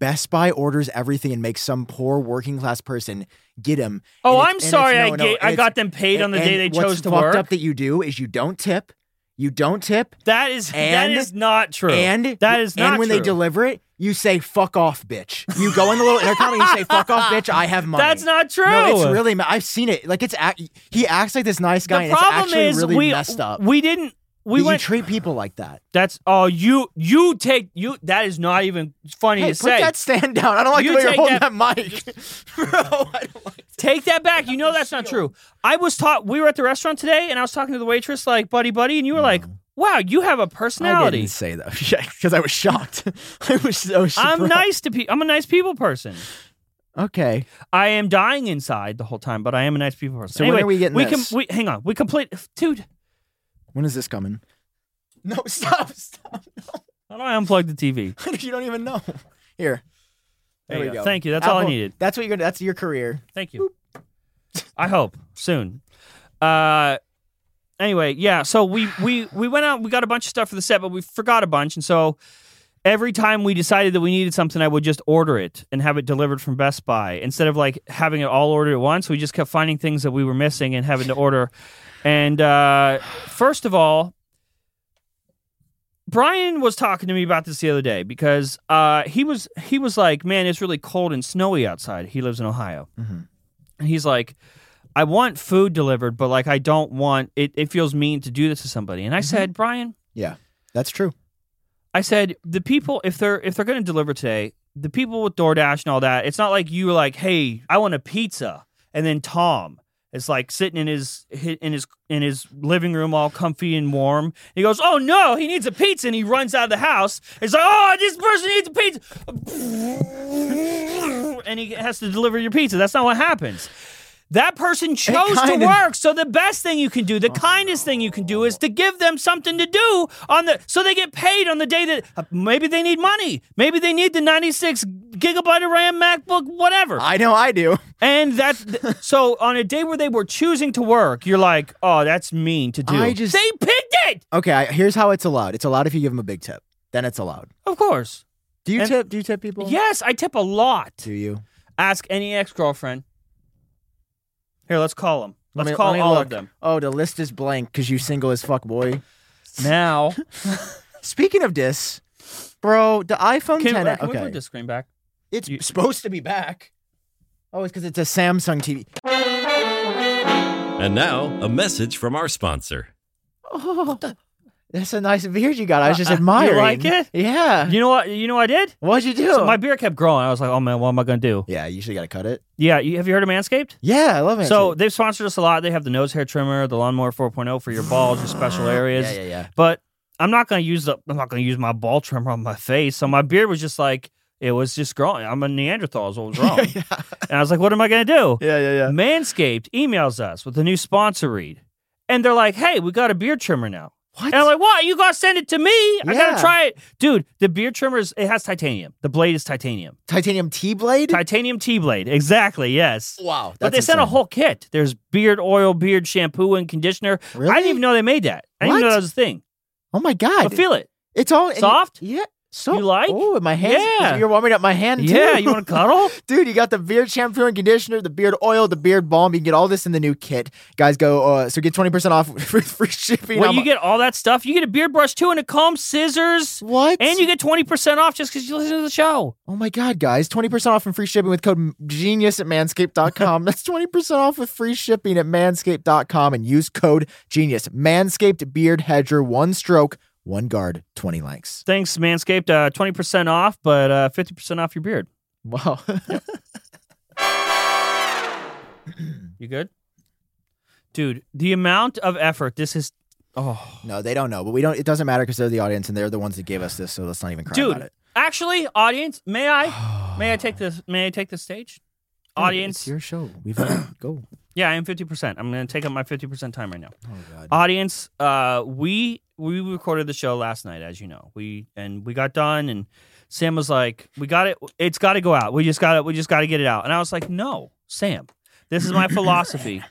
Best Buy orders everything and makes some poor working class person get him. Oh, I'm And it's- and it's- sorry I, no, no, ga- and I it's- got them paid on the and- day they and chose what's to fucked work. up that you do is you don't tip. You don't tip. that is And- that is not true. And that is not and when they true. deliver it, you say "fuck off, bitch." You go in the little intercom and you say "fuck off, bitch." I have money. That's not true. No, it's really. ma- I've seen it. Like it's ac- he acts like this nice guy. the and problem it's actually is really we messed up. we didn't we That you went treat people like that. that's oh you you take you that is not even funny Hey, to put say. that stand down. I don't like You the way you're take holding that- that, mic, bro. I don't like Take that back. You know that's not true. I was taught we were at the restaurant today and I was talking to the waitress like buddy buddy and you were like, "Wow, you have a Mm. I personality." didn't say that because I was shocked. I was so I'm surprised. nice to people. I'm a nice people person. Okay, I am dying inside the whole time, but I am a nice people person. So when anyway, are we getting we this? can we hang on. We complete dude. when is this coming? No, stop, stop. How do I unplug the TV? you don't even know. Here. There There, you we go. go. Thank you. That's all I needed. That's what you're gonna that's your career. Thank you. I hope soon. Uh, anyway, yeah. So we we we went out. We got a bunch of stuff for the set, but we forgot a bunch, and so every time we decided that we needed something, I would just order it and have it delivered from Best Buy instead of like having it all ordered at once. We just kept finding things that we were missing and having to order. And uh, first of all, Brian was talking to me about this the other day because uh, he was he was like, "Man, it's really cold and snowy outside." He lives in Ohio, and he's like, "I want food delivered, but like I don't want it. It feels mean to do this to somebody." And I said, "Brian, Yeah. That's true. I said the people if they're if they're going to deliver today, the people with DoorDash and all that. It's not like you were like, "Hey, I want a pizza," and then Tom is like sitting in his hi- in his in his living room, all comfy and warm. He goes, "Oh no, he needs a pizza," and he runs out of the house. He's like, "Oh, this person needs a pizza," and he has to deliver your pizza. That's not what happens. That person chose to kinda- work. So the best thing you can do, the Oh. kindest thing you can do, is to give them something to do on the so they get paid on the day that uh, maybe they need money, maybe they need the 96 gigabyte of RAM MacBook, whatever. I know I do. And that th- so on a day where they were choosing to work, you're like, oh, that's mean to do. I just- they picked it, Okay, I, here's how it's allowed. It's allowed if you give them a big tip. Then it's allowed. of course. Do you And- tip? Do you tip people? Yes, I tip a lot. Do you? Ask any ex girlfriend. Here, let's call them. Let Let's me- call let me all look. of them Oh, the list is blank because you single as fuck, boy. now. Speaking of this, bro, the iPhone Can, 10. uh, can we okay, put this screen back? it's you- supposed to be back. Oh, it's because it's a Samsung TV. And now, a message from our sponsor. That's a nice beard you got. I was just Uh, uh, you admiring. like it? Yeah. You know what? You know what I did? What'd you do? So my beard kept growing. I was like, oh man, what am I gonna do? yeah, you usually got to cut it. Yeah, you, have you heard of Manscaped? Yeah, I love it. So they've sponsored us a lot. They have the nose hair trimmer, the lawnmower 4.0 for your balls, your special areas. yeah, yeah, yeah. But I'm not gonna use the I'm not gonna use my ball trimmer on my face. So my beard was just like it was just growing. I'm a Neanderthal, is what was wrong. And I was like, what am I gonna do? Yeah, yeah, yeah. Manscaped emails us with a new sponsor read. And they're like, hey, we got a beard trimmer now. What? And I'm like, what? You gotta send it to me. I gotta Yeah. try it. Dude, the beard trimmer is it has titanium. The blade is titanium. Titanium T blade? Titanium T blade. Exactly, yes. wow. But they that's sent a insane. whole kit. There's beard oil, beard shampoo, and conditioner. I didn't Really? even know they made that. I didn't even What? know that was a thing. Oh my god. But feel it. It's all and you- Soft? yeah. So You like? Oh, my hand. Yeah. You're warming up my hand too. Yeah, you want to cuddle? Dude, you got the beard shampoo and conditioner, the beard oil, the beard balm. You can get all this in the new kit. Guys, go. Uh, so get 20% off for free shipping. well, on you my- get all that stuff. You get a beard brush too, and a comb, scissors, What? and you get twenty percent off just because you listen to the show. Oh my God, guys. 20% off and free shipping with code genius at manscaped.com. That's 20% off with free shipping at manscaped.com and use code genius. Manscaped beard hedger, one stroke, one guard, 20 likes. Thanks, Manscaped. Uh, Twenty percent off, but uh, fifty percent off your beard. Wow. You good, dude? The amount of effort this is Oh, No, they don't know, but we don't. It doesn't matter because they're the audience and they're the ones that gave us this, so let's not even cry about dude. it. Actually, audience, may I? May I take this? May I take the stage? it's Audience, your show. We've let it go. yeah, I am fifty percent. I'm going to take up my fifty percent time right now. Oh god. audience uh we we recorded the show last night as you know we and we got done and sam was like we got it it's got to go out we just got to we just got to get it out and i was like no sam this is my philosophy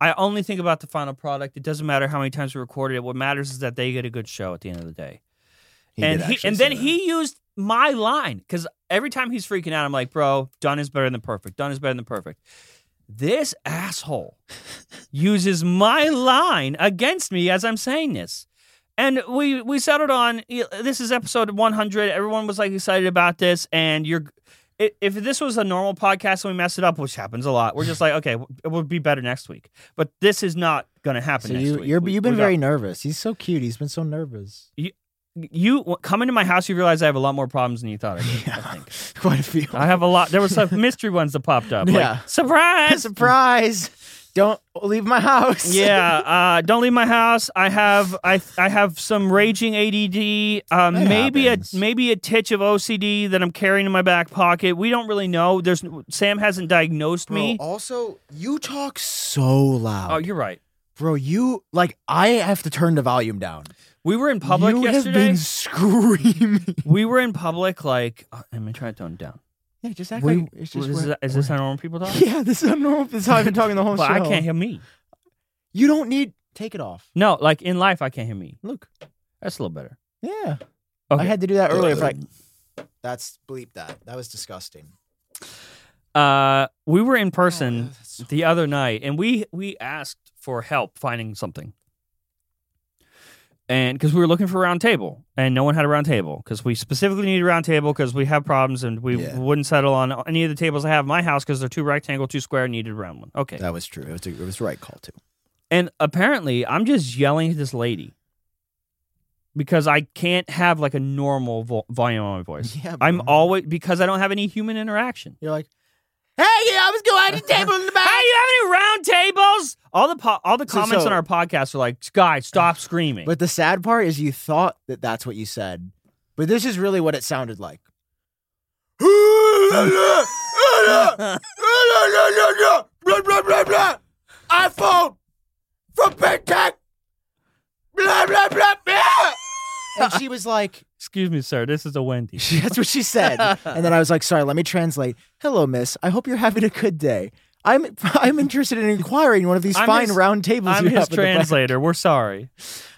i only think about the final product it doesn't matter how many times we recorded it what matters is that they get a good show at the end of the day He and did he actually and say then that. he used my line because every time he's freaking out, I'm like, bro, done is better than perfect. Done is better than perfect. This asshole uses my line against me as I'm saying this. And we we settled on this is episode 100. Everyone was like excited about this, and you're. i- If this was a normal podcast and we mess it up, which happens a lot, we're just like, okay, it will be better next week. But this is not going to happen. So next you week. you're, We- you've been we got- very nervous. He's so cute. He's been so nervous. you w- come into my house, you realize I have a lot more problems than you thought I did. I think Quite a few. I have a lot. There were some mystery ones that popped up. like, Yeah. surprise. Surprise! Don't leave my house. yeah, uh, don't leave my house. I have I I have some raging ADD. Uh, That maybe happens. a maybe a titch of OCD that I'm carrying in my back pocket. We don't really know. There's Sam hasn't diagnosed me. also, you talk so loud. Oh, you're right. Bro, you like I have to turn the volume down. We were in public you yesterday. have been screaming. We were in public. Like, uh, let me try to tone it down. yeah, just act We- like it's just is, we're- that- is this how normal people talk? Yeah, this is normal. This is how I've been talking the whole but show. I can't hear me. You don't need take it off. No, like in life, I can't hear me. Look. That's a little better. Yeah. I Okay. had to do that earlier, but I- that's bleep that. That was disgusting. uh, we were in Oh, person that's so- the other night, and we we asked for help finding something, and because we were looking for a round table, and no one had a round table because we specifically needed a round table because we have problems and we Yeah. wouldn't settle on any of the tables I have in my house because they're too rectangle, too square, needed a round one. Okay, That was true. It was a, it was the right call too. and apparently, I'm just yelling at this lady because I can't have like a normal vo- volume on my voice. Yeah, I'm bro. always because I don't have any human interaction. You're like, hey, yeah, I was going to the table in the back. Hey, you have any round tables? All the po- all the So- comments so- on our podcast are like, "Guy, stop screaming." But the sad part is you thought that that's what you said, but this is really what it sounded like. iPhone from Big Tech. Blah blah blah blah. And she was like, Excuse me, sir. This is a Wendy. "That's what she said." And then I was like, "Sorry, let me translate." Hello, Miss. I hope you're having a good day. I'm I'm interested in inquiring one of these I'm fine his- round tables I'm you his have. in the back." translator. We're sorry.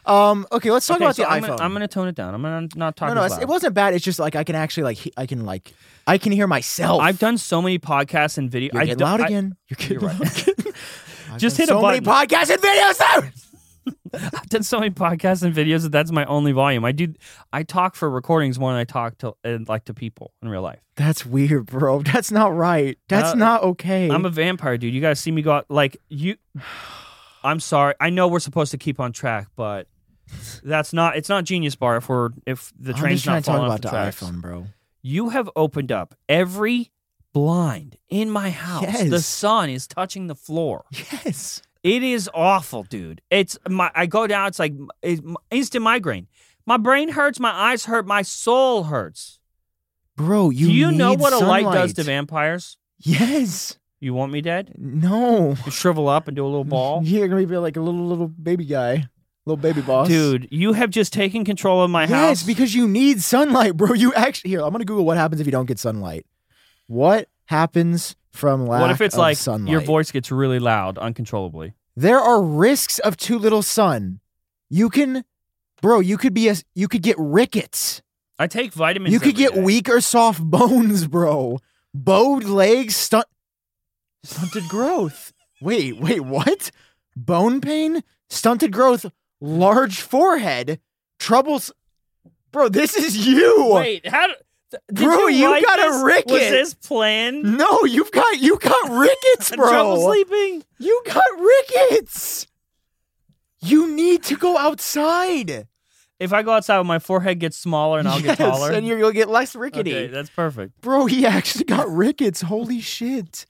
Um. Okay, let's talk Okay, about so the I'm iPhone. Gonna, I'm going to tone it down. I'm going to not talk. no, no, as it's- it loud. wasn't bad. It's just like I can actually like he, I can like I can hear myself. I've done so many podcasts and video. You're I getting do- loud I- again. You're getting You're right. loud again. I've Just done hit a so many button. podcasts and videos. though! I've done so many podcasts and videos that that's my only volume. I do. I talk for recordings more than I talk to uh, like to people in real life. That's weird, bro. That's not right. That's Uh, not okay. I'm a vampire, dude. You guys see me go out like you. I'm sorry. I know we're supposed to keep on track, but that's not. It's not genius bar if we're if the I'm just train's trying not to talk falling about off the, tracks. iPhone, bro. You have opened up every blind in my house. The Yes. sun is touching the floor. Yes. It is awful, dude. It's my. I go down. It's like it's m- instant migraine. My brain hurts. My eyes hurt. My soul hurts. Bro, you Do you know need what a light does sunlight. to vampires? Yes. You want me dead? No. You shrivel up and do a little ball. You're gonna be like a little little baby guy, little baby boss, Dude, you have just taken control of my house. Yes, because you need sunlight, bro. You actually here. I'm gonna Google what happens if you don't get sunlight. What happens from lack what if it's of like sunlight? your voice gets really loud uncontrollably? There are risks of too little sun. You can, bro. You could be a. You could get rickets. I take vitamins. you could every get day. weak or soft bones, bro. Bowed legs, stunt, stunted growth. Wait, wait, what? Bone pain, stunted growth, large forehead, troubles. Bro, this is you. Wait, how? Do, th- did Bro, you write got a this? ricket. Was this planned? No, you've got you got rickets, bro. Trouble sleeping. You got rickets. You need to go outside. If I go outside, my forehead gets smaller and I'll get Yes, taller. and you're, you'll get less rickety. okay, that's perfect. Bro, he actually got rickets. Holy shit.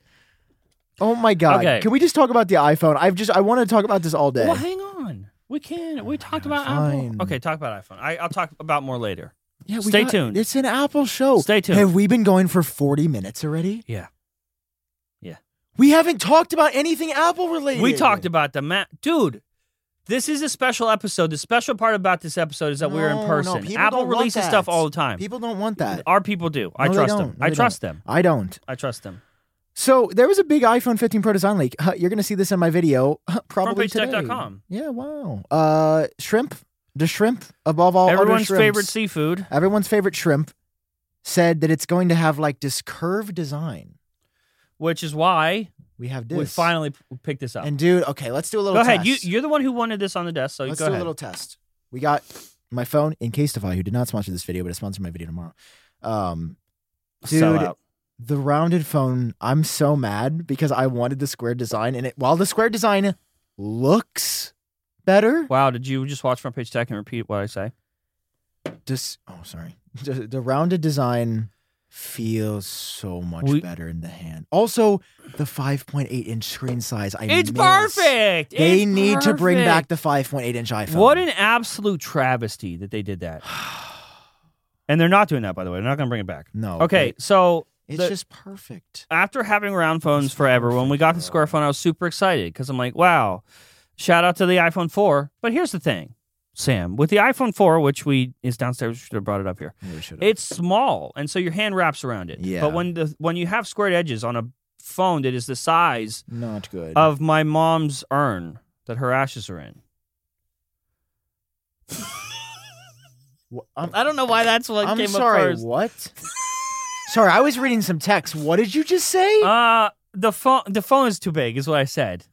Oh my god. Okay. Can we just talk about the iPhone? I've just I want to talk about this all day. Well, hang on. We can. We talked about Fine. Apple. Okay, talk about iPhone. I, I'll talk about more later. Yeah, we Stay got- tuned. It's an Apple show. Stay tuned. Have we been going for 40 minutes already? Yeah. We haven't talked about anything Apple related. We talked about the Mac. Dude, this is a special episode. The special part about this episode is that we're No, in no, person. people Apple don't want releases that. stuff all the time. People don't want that. Our people do. I No, they trust them. don't. No, I they trust don't. them. I don't. I trust them. So there was a big iPhone 15 Pro design leak. Huh, you're going to see this in my video probably today. FrontPageTech.com. Yeah, wow. Uh, shrimp, the shrimp above all other Everyone's shrimps. favorite seafood. everyone's favorite shrimp said that it's going to have like this curved design. Which is why We have this. we finally p- picked this up. And dude, okay, let's do a little. go ahead. Test. You, you're the one who wanted this on the desk, so let's go do ahead. a little test. We got my phone in Casetify, who did not sponsor this video, but is sponsoring my video tomorrow. Um, dude, Sell out. the rounded phone. I'm so mad because I wanted the square design, and it while the square design looks better, Wow, did you just watch Front Page Tech and repeat what I say? just oh sorry, the, the rounded design feels so much We- better in the hand. Also, the 5.8 inch screen size. I It's miss. perfect. They It's need to bring perfect. back the 5.8 inch iPhone. What an absolute travesty that they did that. And they're not doing that, by the way. They're not going to bring it back. no. Okay, wait. so it's the- just perfect. after having round phones forever, when we got the square phone, I was super excited because I'm like, wow, shout out to the iPhone 4. But here's the thing, Sam, with the iPhone 4, which we is downstairs, we should have brought it up here. We should've. It's small, and so your hand wraps around it. Yeah. But when the when you have squared edges on a phone that is the size Not good. of my mom's urn that her ashes are in, Wha- I'm, I don't know why that's what I'm came sorry. up first. What? sorry, I was reading some text. What did you just say? Uh, the phone the phone is too big, is what I said.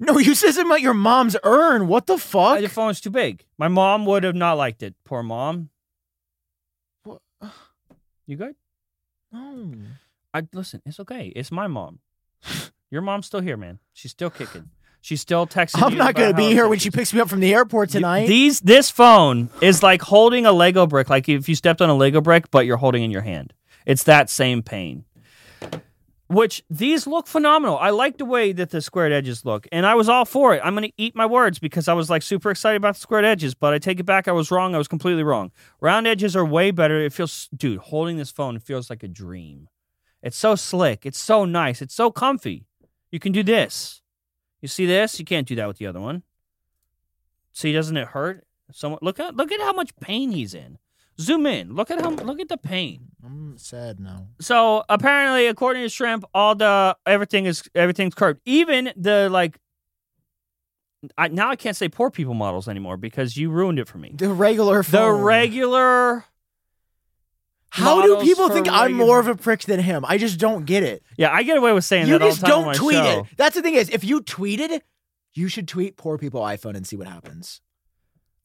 no, you said something about your mom's urn. What the fuck? The phone's too big. My mom would have not liked it. Poor mom. What? You good? no. I listen. It's okay. It's my mom. Your mom's still here, man. She's still kicking. She's still texting. I'm you not about gonna be how here sick when she picks me up from the airport tonight. These this phone is like holding a Lego brick, like if you stepped on a Lego brick, but you're holding in your hand. It's that same pain. Which these look phenomenal. I like the way that the squared edges look, and I was all for it. I'm going to eat my words because I was like super excited about the squared edges, but I take it back. I was wrong. I was completely wrong. Round edges are way better. It feels, dude, holding this phone feels like a dream. It's so slick. It's so nice. It's so comfy. You can do this. You see this? You can't do that with the other one. See, doesn't it hurt? Someone look at look at how much pain he's in. Zoom in. Look at how look at the pain. I'm sad now. So apparently, according to Shrimp, all the everything is everything's curved. Even the like. I, now I can't say poor people models anymore because you ruined it for me. The regular phone. The regular. How do models people for think I'm regular- more of a prick than him? I just don't get it. Yeah, I get away with saying you that all just the time on don't my tweet show. it. That's the thing is, if you tweeted, you should tweet poor people iPhone and see what happens.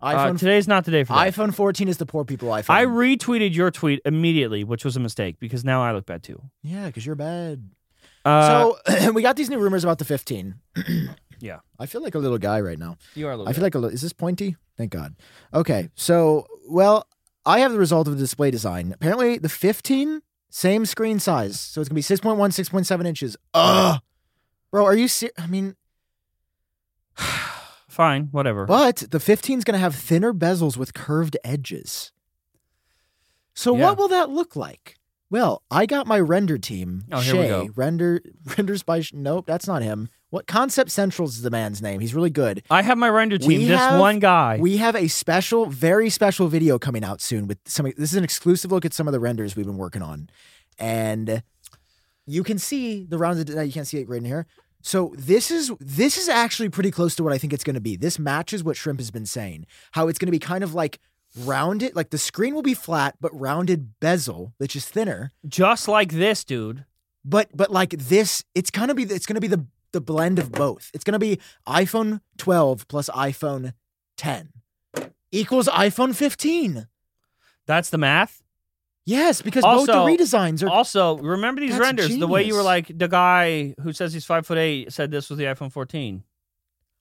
Uh, iPhone today's not the day for that. iPhone 14 is the poor people iPhone. I retweeted your tweet immediately, which was a mistake because now I look bad too. yeah, because you're bad. Uh, so we got these new rumors about the 15. Yeah. I feel like a little guy right now. you are a little. I feel bad. like a little. Is this pointy? Thank God. Okay. So, well, I have the result of the display design. Apparently, the 15, same screen size. So it's going to be 6.1, 6.7 inches. Ugh. Bro, are you serious? I mean, fine, whatever. But the 15 is going to have thinner bezels with curved edges. So Yeah. what will that look like? Well, I got my render team. Oh, here Shay, we go. Render renders by Sh- nope, that's not him. What Concept Central's the man's name. He's really good. I have my render team. We this have- one guy. We have a special, very special video coming out soon with some. This is an exclusive look at some of the renders we've been working on, and you can see the rounds. Of, no, you can't see it right in here. So this is this is actually pretty close to what I think it's going to be. This matches what Shrimp has been saying. How it's going to be kind of like rounded, like the screen will be flat but rounded bezel, which is thinner. just like this dude. But but like this, it's kind of be it's going to be the the blend of both. It's going to be iPhone 12 plus iPhone 10 equals iPhone 15. That's the math. Yes, because Also- both the redesigns are. Also, remember these That's renders. The way you were genius. like the guy who says he's five foot eight said this was the iPhone 14.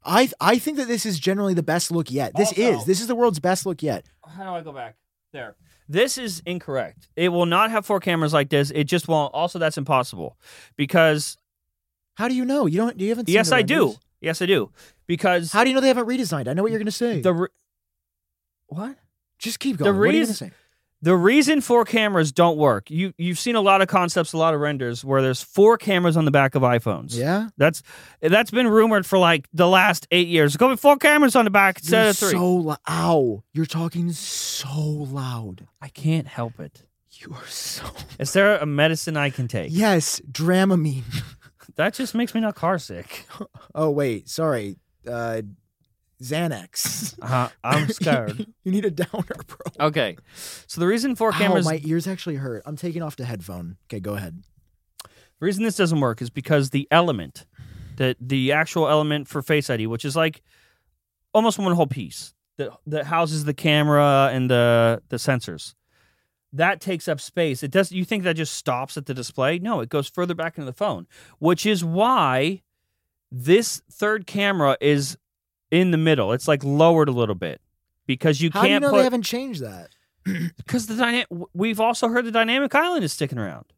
I I think that this is generally the best look yet. This Also- is this is the world's best look yet. How do I go back there? This is incorrect. It will not have four cameras like this. It just won't. Also, that's impossible because How do you know? You don't. You haven't. Seen yes, the I do. renders? Yes, I do. because How do you know they haven't redesigned? I know what you're going to say. the re- what Just keep going. the what are you going to reason- say? the reason four cameras don't work. You you've seen a lot of concepts, a lot of renders where there's four cameras on the back of iPhones. Yeah. That's that's been rumored for like the last eight years. Go with four cameras on the back instead You're of three. so lou- Ow. You're talking so loud. I can't help it. You are so. Is there a medicine I can take? Yes, Dramamine. That just makes me not car sick. Oh, wait. Sorry. Uh, Xanax. Uh, I'm scared. you need a downer, bro. okay, so the reason four Ow, cameras, my ears actually hurt. I'm taking off the headphone. Okay, go ahead. the reason this doesn't work is because the element, the the actual element for Face ID, which is like almost one whole piece that that houses the camera and the the sensors, that takes up space. It does. You think that just stops at the display? No, it goes further back into the phone, which is why this third camera is in the middle. It's like lowered a little bit because you How can't do you know put. they haven't changed that? Because the dyna- w- we've also heard the dynamic island is sticking around.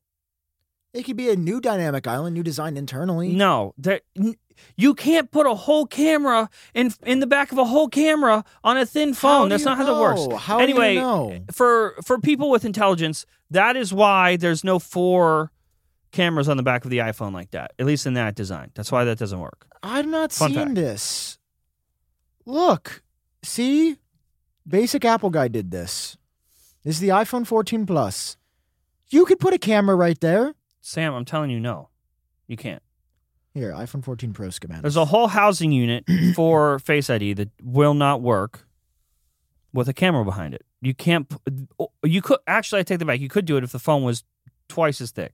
It could be a new dynamic island, new design internally. No, that n- you can't put a whole camera in in the back of a whole camera on a thin phone. do That's you not how that know? works. How do you anyway, know? for for people with intelligence, that is why there's no four cameras on the back of the iPhone like that. At least in that design. That's why that doesn't work. I'm not Fun seeing fact. this. Look, see, basic Apple guy did this. This is the iPhone 14 Plus. You could put a camera right there. Sam, I'm telling you, no, you can't. Here, iPhone 14 Pro schematic. There's a whole housing unit for Face ID that will not work with a camera behind it. You can't. p- You could actually. I take the back. You could do it if the phone was twice as thick.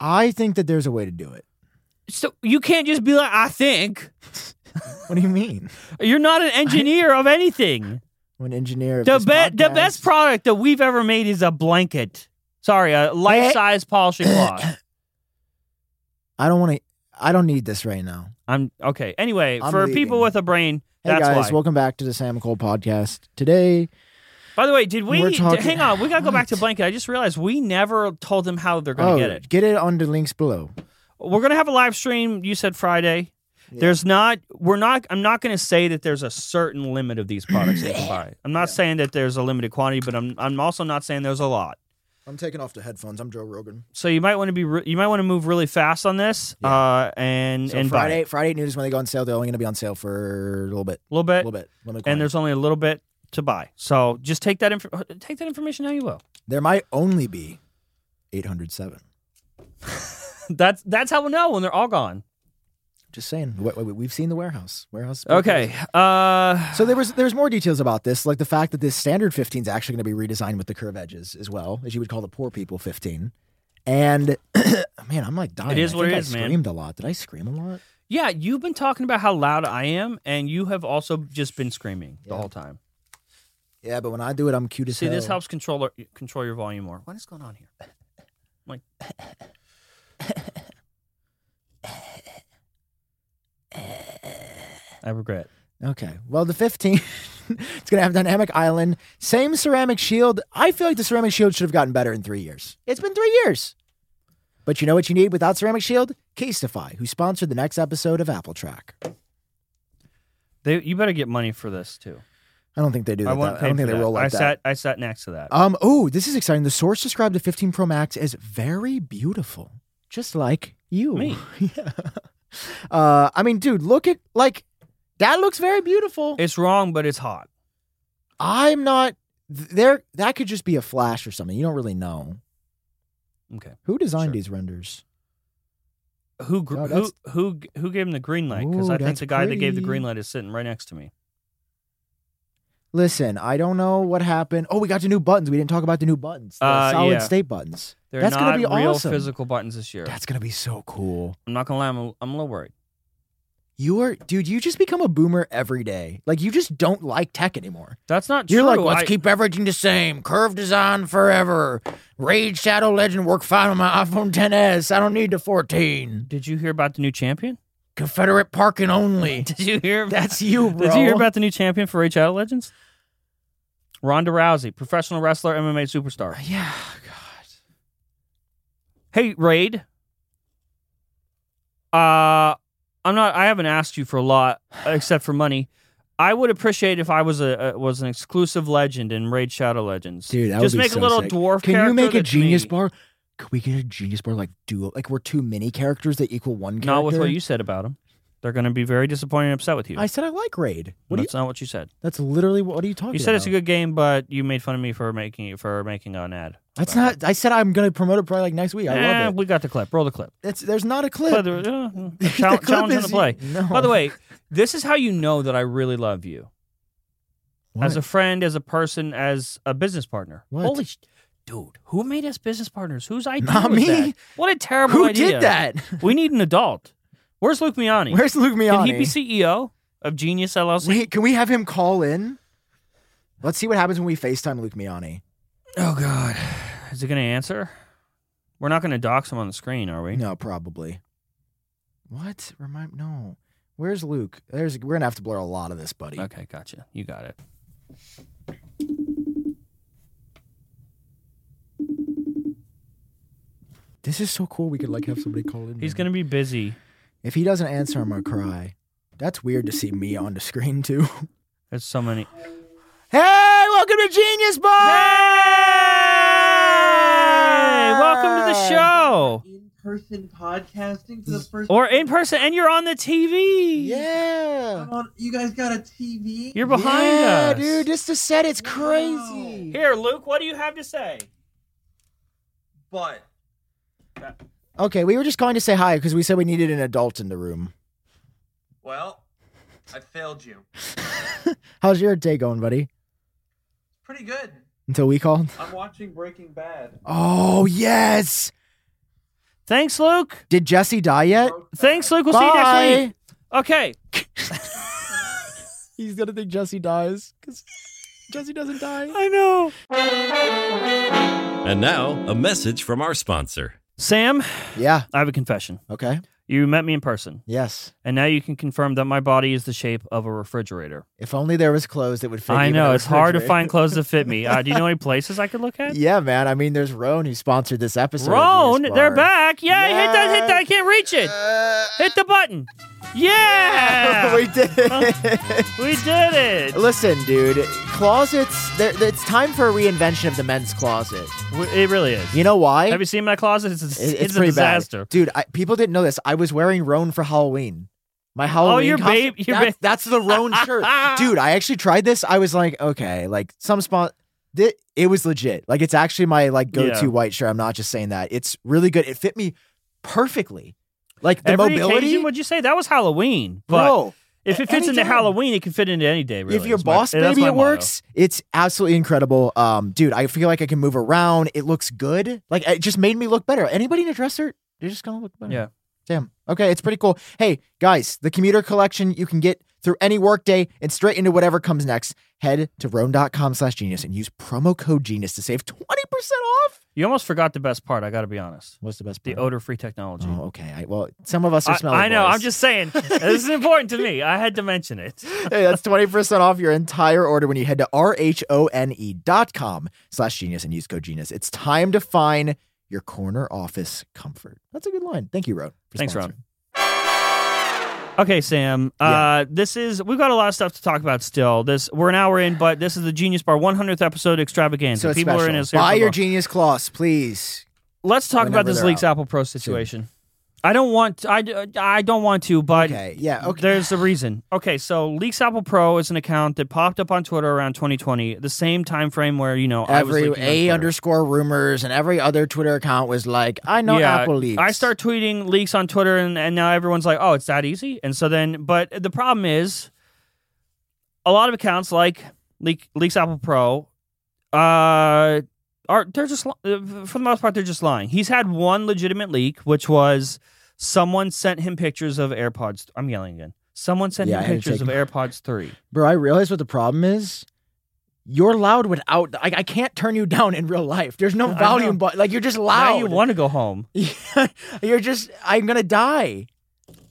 I think that there's a way to do it. So you can't just be like, I think. What do you mean? You're not an engineer of anything. I'm an engineer. Of The this be- the podcast. best product that we've ever made is a blanket. Sorry, Eh. a life size polishing cloth. I don't want to. I don't need this right now. I'm okay. Anyway, I'm for leaving. people with a brain, Hey that's guys, why. welcome back to the Sam Cole podcast. Today, By the way, did we We're talking- hang on? We gotta go back to What? blanket. I just realized we never told them how they're gonna oh, get it. on the links below. we're gonna have a live stream. You said Friday. There's not. We're not. I'm not gonna say that there's a certain limit of these products they can buy. I'm not saying that there's a limited quantity, but I'm. I'm also not saying there's a lot. I'm taking off the headphones. I'm Joe Rogan. So you might want to be. Re- you might want to move really fast on this. Uh, and So and buy Friday, it. Friday at noon is when they go on sale. They're only going to be on sale for a little bit, a little bit, a little bit, Let me and quiet. there's only a little bit to buy. So just take that. Inf- uh, take that information how you will. there might only be 807. That's that's how we'll know when they're all gone. Just saying, Wait, wait, wait, we've seen the warehouse, warehouse. Okay. Uh, So there was there's more details about this, like the fact that this standard 15 is actually going to be redesigned with the curve edges as well, as you would call the poor people 15. And man, I'm like dying. It is I what think it I is, man. Screamed a lot. Did I scream a lot? yeah, you've been talking about how loud I am, and you have also just been screaming the whole time. Yeah, but when I do it, I'm cute as See, hell. this helps control control your volume more. What is going on here? Like, I regret. Okay. Well, the 15, it's going to have Dynamic Island, same ceramic shield. I feel like the ceramic shield should have gotten better in three years. It's been three years. But you know what you need without ceramic shield? Casetify, who sponsored the next episode of Apple Track. They, you better get money for this too. I don't think they do I that. won't I pay don't for think they that. roll like I that. sat. I sat next to that. Um. Oh, this is exciting. The source described the 15 Pro Max as very beautiful, just like you. Me. yeah. Uh. I mean, dude, look at like that looks very beautiful. it's wrong, but it's hot. I'm not th- there. That could just be a flash or something. You don't really know. Okay. Who designed Sure. these renders? Who gr- No, who that's- who who gave him the green light? Because Ooh, I think that's the guy that gave the pretty. green light is sitting right next to me. Listen, I don't know what happened. Oh, we got the new buttons. We didn't talk about the new buttons. The Uh, solid yeah. state buttons. They're That's not gonna be real awesome. physical buttons this year. That's gonna be so cool. I'm not gonna lie. I'm a, I'm a little worried. You are, dude. You just become a boomer every day. Like you just don't like tech anymore. That's not You're true. like, let's I- keep everything the same. Curve design forever. Rage Shadow Legend work fine on my iPhone 10s. I don't need the 14. Did you hear about the new champion? Confederate parking only. Did you hear? That's you, bro. Did you hear about the new champion for Age Out Legends? Ronda Rousey, professional wrestler, MMA superstar. Yeah, God. Hey, Raid. Uh, I'm not. I haven't asked you for a lot except for money. I would appreciate if I was a, a was an exclusive legend in Raid Shadow Legends. Dude, that just would be make so a little sick. dwarf. Can character you make a that's genius me. bar? Could we get a genius bar like duo? Like we're two mini characters that equal one character. Not with what you said about them. They're going to be very disappointed and upset with you. I said I like Raid. What do you? that's not what you said. That's literally what are you talking? You said about? it's a good game, but you made fun of me for making for making an ad. That's not. I said I'm gonna promote it probably like next week. I Eh, love it. We got the clip. Roll the clip. It's, there's not a clip. By the, uh, challenge, clip challenge on is- the play. no. By the way, this is how you know that I really love you as What? a friend, as a person, as a business partner. What? Holy sh- dude, who made us business partners? Whose idea Not was me. that? What a terrible Who idea! did that? We need an adult. Where's Luke Miani? Where's Luke Can Miani? he be CEO of Genius LLC? Wait, can we have him call in? Let's see what happens when we FaceTime Luke Miani. Oh God, is he going to answer? We're not going to dox him on the screen, are we? No, probably. What? Remind no. Where's Luke? There's we're gonna have to blur a lot of this, buddy. Okay, gotcha. You got it. This is so cool. We could like have somebody call in. He's going to be busy. If he doesn't answer, I'm gonna cry. That's weird to see me on the screen too. There's so many. hey, welcome to Genius Bar. Hey, welcome to the show. in-person podcasting for the first Or in person, and you're on the TV. Yeah. time on- you guys got a TV? You're behind yeah, us. dude. Just to set, it's crazy. Here, Luke, what do you have to say? But Okay, we were just calling to say hi because we said we needed an adult in the room. well, I failed you. How's your day going, buddy? Pretty good. Until we called. I'm watching Breaking Bad. Oh yes. Thanks, Luke. Did Jesse die yet? Thanks, Luke. We'll see you Bye. next week. Okay. He's gonna think Jesse dies because Jesse doesn't die. I know. And now, a message from our sponsor. Sam, Yeah. I have a confession. Okay. You met me in person, Yes. and now you can confirm that my body is the shape of a refrigerator. If only there was clothes that would fit. I even know a it's hard to refrigerator. find clothes that fit me. Uh, do you know any places I could look at? Yeah, man. I mean, there's Roan who sponsored this episode. of Roan, Venus they're Bar. back. Yeah, hit that, hit that. I can't reach it. hit the button. Yeah, we did. it. we did it. Listen, dude. Closets. there- It's time for a reinvention of the men's closet. W- It really is. You know why? Have you seen my closet? It's, It- it's, it's a pretty disaster. bad, dude. I, people didn't know this. I was wearing Roan for Halloween. My Halloween. Oh, your costume- babe- your that- babe- That's the Roan shirt, dude. I actually tried this. I was like, okay, like some spot. Thi- it was legit. Like it's actually my like go-to Yeah. white shirt. I'm not just saying that. It's really good. It fit me perfectly. Like the Every mobility. Occasion, would you say that was Halloween? But Bro, if it any fits into time. Halloween, it can fit into any day. Really, if your is my- eh, boss that's baby my it motto. works, it's absolutely incredible. Um, dude, I feel like I can move around. It looks good. Like it just made me look better. Anybody in a dress shirt, they're just gonna look better. Yeah. Damn. Okay, it's pretty cool. Hey guys, the commuter collection you can get through any workday and straight into whatever comes next. Head to roan.com slash genius and use promo code genius to save 20% off. You almost forgot the best part. I got to be honest. What's the best The part? odor-free technology. Oh, okay. I, well, some of us are I, smelling. I know. boys. I'm just saying. this is important to me. I had to mention it. hey, that's 20% off your entire order when you head to R-H-O-N-E E dot com slash genius and use code genius. It's time to find your corner office comfort. That's a good line. Thank you, Roan. for Thanks, Ron. sponsoring. Okay, Sam. Uh, this is we've got a lot of stuff to talk about still. This we're an hour in, but this is the Genius Bar 100th episode extravaganza. So it's People special. are in us. here Buy for your more. genius cloths, please. Let's talk about whenever this they're leaks out. Apple Pro situation. I don't want. I, d- I don't want to, but Okay. Yeah. Okay. There's a reason. Okay, so Leaks Apple Pro is an account that popped up on Twitter around 2020, the same time frame where you know I was every leaking on a Twitter. underscore rumors and every other Twitter account was like, I know Apple leaks. I start tweeting leaks on Twitter, and, and now everyone's like, oh, it's that easy. And so then, but the problem is, a lot of accounts like Leak, Leaks Apple Pro, uh, are they're just li- uh, for the most part they're just lying. He's had one legitimate leak, which was someone sent him pictures of AirPods. I'm yelling again. Someone sent Yeah, I him had to pictures of take- AirPods three. Bro, I realize what the problem is. You're loud without. I, I can't turn you down in real life. There's no I know. volume, but like you're just loud. Now you want to go home. You're just, I'm gonna die.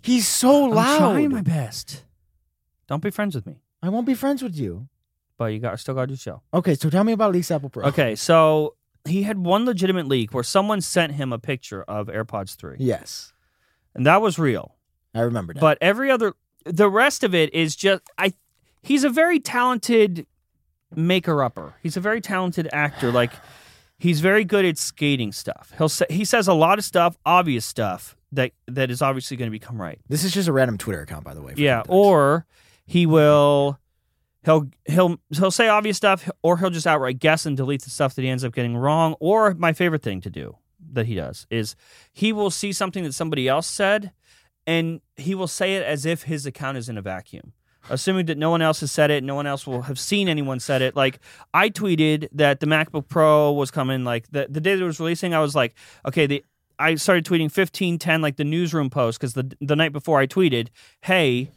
He's so I'm loud. trying my best. Don't be friends with me, I won't be friends with you. but you got still got to do the show. Okay, so tell me about Leaks Apple Pro. Okay, so he had one legitimate leak where someone sent him a picture of AirPods 3. Yes. And that was real. I remember that. But every other, the rest of it is just I. He's a very talented maker-upper. He's a very talented actor. Like he's very good at skating stuff. He'll say, he says a lot of stuff, obvious stuff that that is obviously going to become right. this is just a random Twitter account, by the way. for Yeah, context. or he will he'll he'll he'll say obvious stuff or he'll just outright guess and delete the stuff that he ends up getting wrong or my favorite thing to do that he does is he will see something that somebody else said and he will say it as if his account is in a vacuum assuming that no one else has said it no one else will have seen anyone said it like i tweeted that the macbook pro was coming like the, the day that it was releasing i was like okay the i started tweeting 1510 like the newsroom post because the, the night before i tweeted hey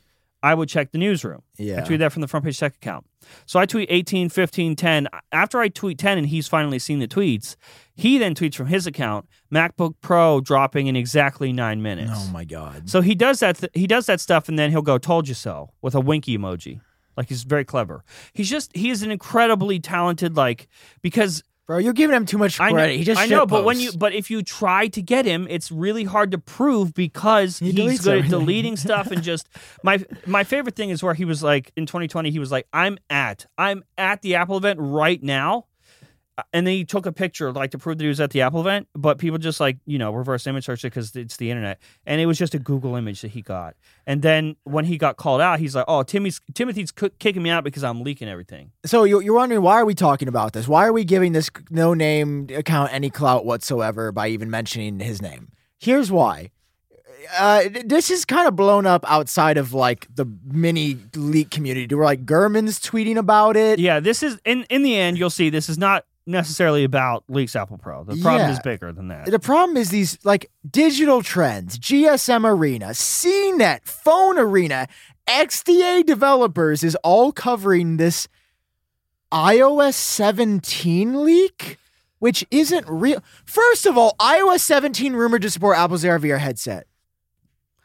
i would check the newsroom I Yeah. tweet that from the front page check account. So I tweet 18, 15, 10. After I tweet 10 and he's finally seen the tweets, he then tweets from his account MacBook Pro dropping in exactly nine minutes. Oh my god. So he does that. Th- he does that stuff, and then he'll go "Told you so" with a winky emoji. Like he's very clever. He's just he is an incredibly talented like because Bro, you're giving him too much I credit. know he just I know, but when shitposts. you but if you try to get him, it's really hard to prove because He he's deletes good at everything. deleting stuff and just my my favorite thing is where he was like in 2020 he was like I'm at I'm at the Apple event right now. Uh, And then he took a picture like to prove that he was at the Apple event, but people just like, you know, reverse image search it cuz it's the internet. And it was just a Google image that he got. And then when he got called out, he's like, "Oh, Timmy's Timothy's c- kicking me out because I'm leaking everything." so you, you're wondering why are we talking about this? Why are we giving this no name account any clout whatsoever by even mentioning his name? Here's why. Uh, th- this is kind of blown up outside of like the mini leak community. Where like Gurman's tweeting about it. yeah, this is in in the end you'll see this is not necessarily about leaks Apple Pro. The problem Yeah. is bigger than that. The problem is these like digital trends, GSM Arena, CNET, Phone Arena, XDA developers is all covering this iOS 17 leak, which isn't real. First of all, iOS 17 rumored to support Apple's AR/VR headset.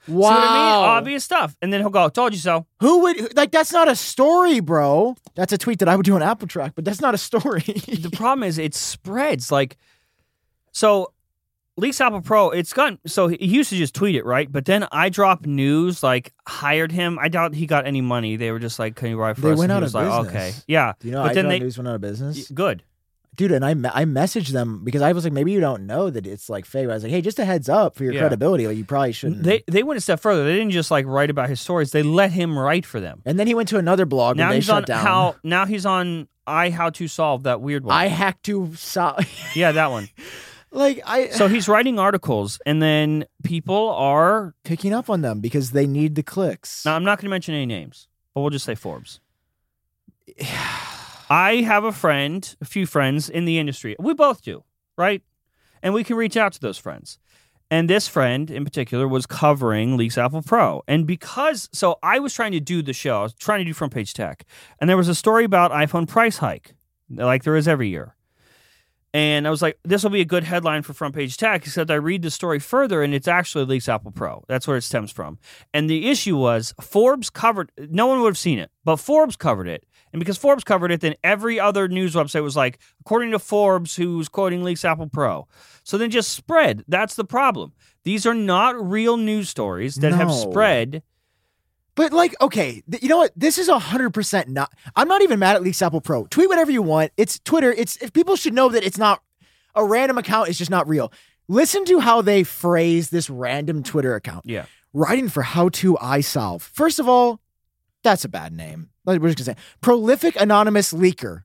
Wow, So to me, obvious stuff. And then he'll go, "Told you so." who would like? That's not a story, bro. That's a tweet that I would do on Apple Track, but that's not a story. The problem is it spreads like so. Leaks Apple Pro, it's gotten so he used to just tweet it, right? But then I drop news like hired him. I doubt he got any money. They were just like, "Can you write for They us?" went and out he of was like, "Okay, business. yeah." Do you know, but I then don't they news went out of business. good. dude and I, me- I messaged them because i was like maybe you don't know that it's like fake i was like hey just a heads up for your Yeah. credibility like you probably shouldn't They they went a step further. They didn't just like write about his stories. They let him write for them. and then he went to another blog now and they he's on shut down how. Now he's on I how to solve that weird one. i hacked to so- yeah, that one. like i So he's writing articles, and then people are. picking up on them because they need the clicks Now, I'm not going to mention any names, but we'll just say Forbes. I have a friend, a few friends in the industry. We both do, right? And we can reach out to those friends. And this friend in particular was covering Leaks Apple Pro. And because, so I was trying to do the show, I was trying to do Front Page Tech. And there was a story about iPhone price hike, like there is every year. And I was like, this will be a good headline for front page tech, except I read the story further and it's actually Leaks Apple Pro. That's where it stems from. And the issue was Forbes covered no one would have seen it, but Forbes covered it. And because Forbes covered it, then every other news website was like, according to Forbes, who's quoting Leaks Apple Pro. So then just spread. That's the problem. These are not real news stories that have No. spread. But like, okay, th- you know what? This is hundred percent not. I'm not even mad at Leaks Apple Pro. Tweet whatever you want. It's Twitter. It's if people should know that it's not a random account. It's just not real. Listen to how they phrase this random Twitter account. Yeah. writing for How to I Solve. First of all, that's a bad name. Like, We're just gonna say prolific anonymous leaker.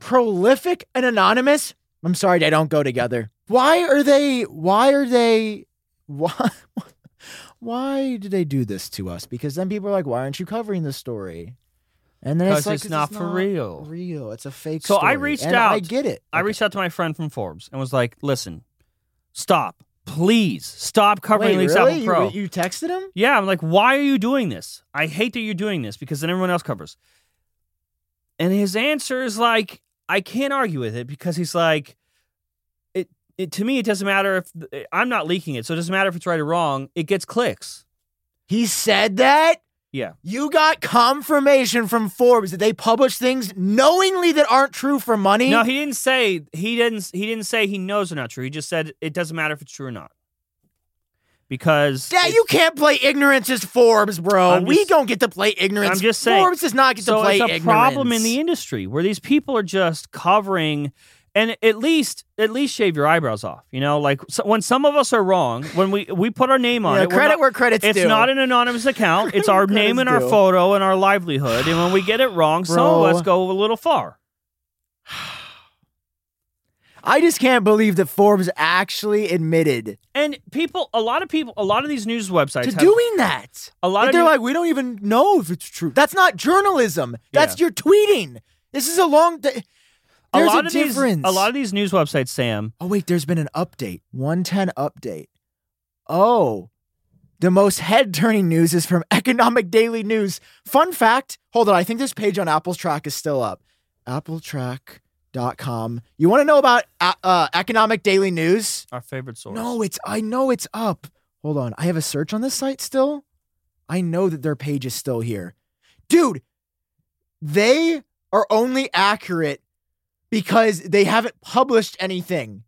Prolific and anonymous. I'm sorry, they don't go together. Why are they? Why are they? Why? why do they do this to us? Because then people are like, why aren't you covering this story? And then it's 'Cause like it's not for real. Real. It's a fake. So I story. reached And out. I get it. I reached out to my friend from Forbes and was like, listen, stop. Please stop covering Wait, Leaks really? Apple You- Pro. You, texted him? Yeah, I'm like, why are you doing this? I hate that you're doing this because then everyone else covers. And his answer is like, I can't argue with it because he's like, it, it to me, it doesn't matter if eh, I'm not leaking it, so it doesn't matter if it's right or wrong. It gets clicks. He said that. Yeah. You got confirmation from Forbes that they publish things knowingly that aren't true for money. No, he didn't say he didn't he didn't say he knows they're not true. He just said it doesn't matter if it's true or not. because Dad, you can't play ignorance as Forbes, bro. I'm we just- don't get to play ignorance. I'm just saying. Forbes does not get so to play it's a ignorance. problem in the industry where these people are just covering and at least at least shave your eyebrows off you know like so, when some of us are wrong when we we put our name on Yeah, it we're credit not- where credit's it's due. not an anonymous account it's our name and our due. photo and our livelihood and when we get it wrong some Bro. of us go a little far I just can't believe that Forbes actually admitted and people a lot of people a lot of these news websites to have, doing that. a lot Like, of they're new- like, we don't even know if it's true. That's not journalism. That's your tweeting. This is a long. Th- a there's lot a of difference. these a lot of these news websites sam Oh wait, there's been an update. 110 update. Oh. The most head-turning news is from Economic Daily News. Fun fact, hold on, I think this page on Apple's track is still up. appletrack.com. You want to know about uh, uh, Economic Daily News? our favorite source No, it's I know it's up. Hold on. I have a search on this site still. I know that their page is still here. Dude, they are only accurate because they haven't published anything.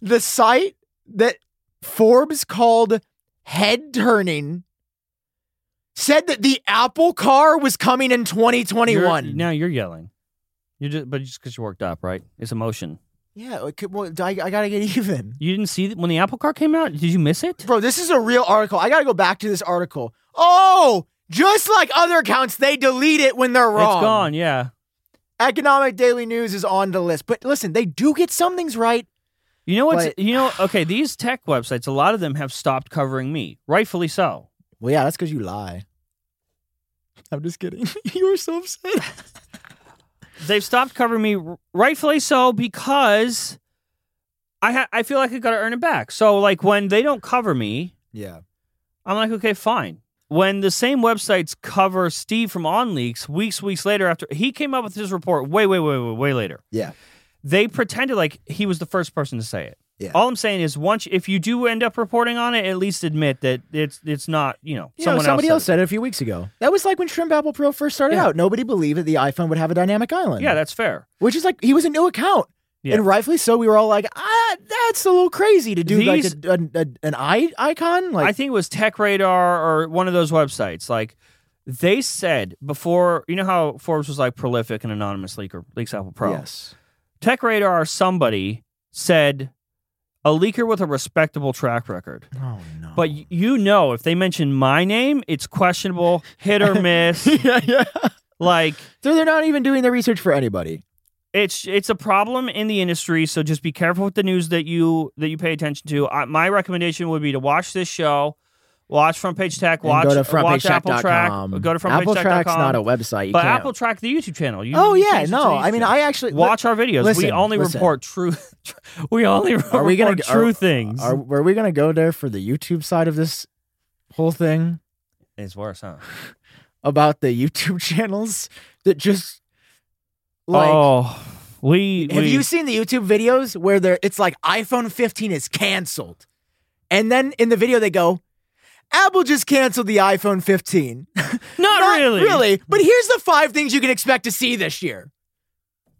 The site that Forbes called head turning said that the Apple car was coming in 2021. You're- now you're yelling you just but just because you're worked up right it's emotion yeah, okay, well, I, I gotta get even. You didn't see th- when the Apple Car came out? Did you miss it? Bro, this is a real article. I gotta go back to this article. Oh, just like other accounts, they delete it when they're wrong. It's gone, yeah. Economic Daily News is on the list. But listen, they do get some things right. You know what's But- you know okay, these tech websites, a lot of them have stopped covering me. Rightfully so. Well, yeah, that's because you lie. I'm just kidding. you were so upset. They've stopped covering me r- rightfully so because I ha- I feel like I got to earn it back. So like when they don't cover me, Yeah. I'm like okay, fine. When the same websites cover Steve from OnLeaks weeks weeks later after he came up with his report way way way way way later. Yeah. they pretended like he was the first person to say it. Yeah. All I'm saying is, once if you do end up reporting on it, at least admit that it's it's not you know You know, someone somebody else else. said it a few weeks ago. That was like when Shrimp Apple Pro first started Yeah. out. Nobody believed that the iPhone would have a dynamic island. it. Yeah, that's fair. which is like he was a new account. Yeah. And rightfully so, we were all like, ah, that's a little crazy to do These- like a, a, a, an eye icon. Like, I think it was Tech Radar or one of those websites. Like they said before, you know how Forbes was like prolific and anonymous leaker leaks Apple Pro. Yes. Tech Radar or somebody said a leaker with a respectable track record. Oh no. But y- you know, if they mention my name, it's questionable, hit or miss. yeah, yeah. like So they're not even doing the research for anybody. it's it's a problem in the industry so just be careful with the news that you that you pay attention to I, my recommendation would be to watch this show watch front page tech And watch, go to watch apple track frontpagetech.com. go to front Apple page Track's tech.com, not a website. You but can't- apple track the youtube channel you, Oh you yeah, can subscribe no. to I mean, YouTube. I actually watch our videos we listen, only listen. report true we only Are we gonna report true are- things Are, are we gonna go there for the YouTube side of this whole thing it's worse huh about the YouTube channels that just like oh we Have we- you seen the YouTube videos where they're it's like iPhone 15 is canceled, and then in the video they go, Apple just canceled the iPhone 15. Not, not, really really. But here's the five things you can expect to see this year.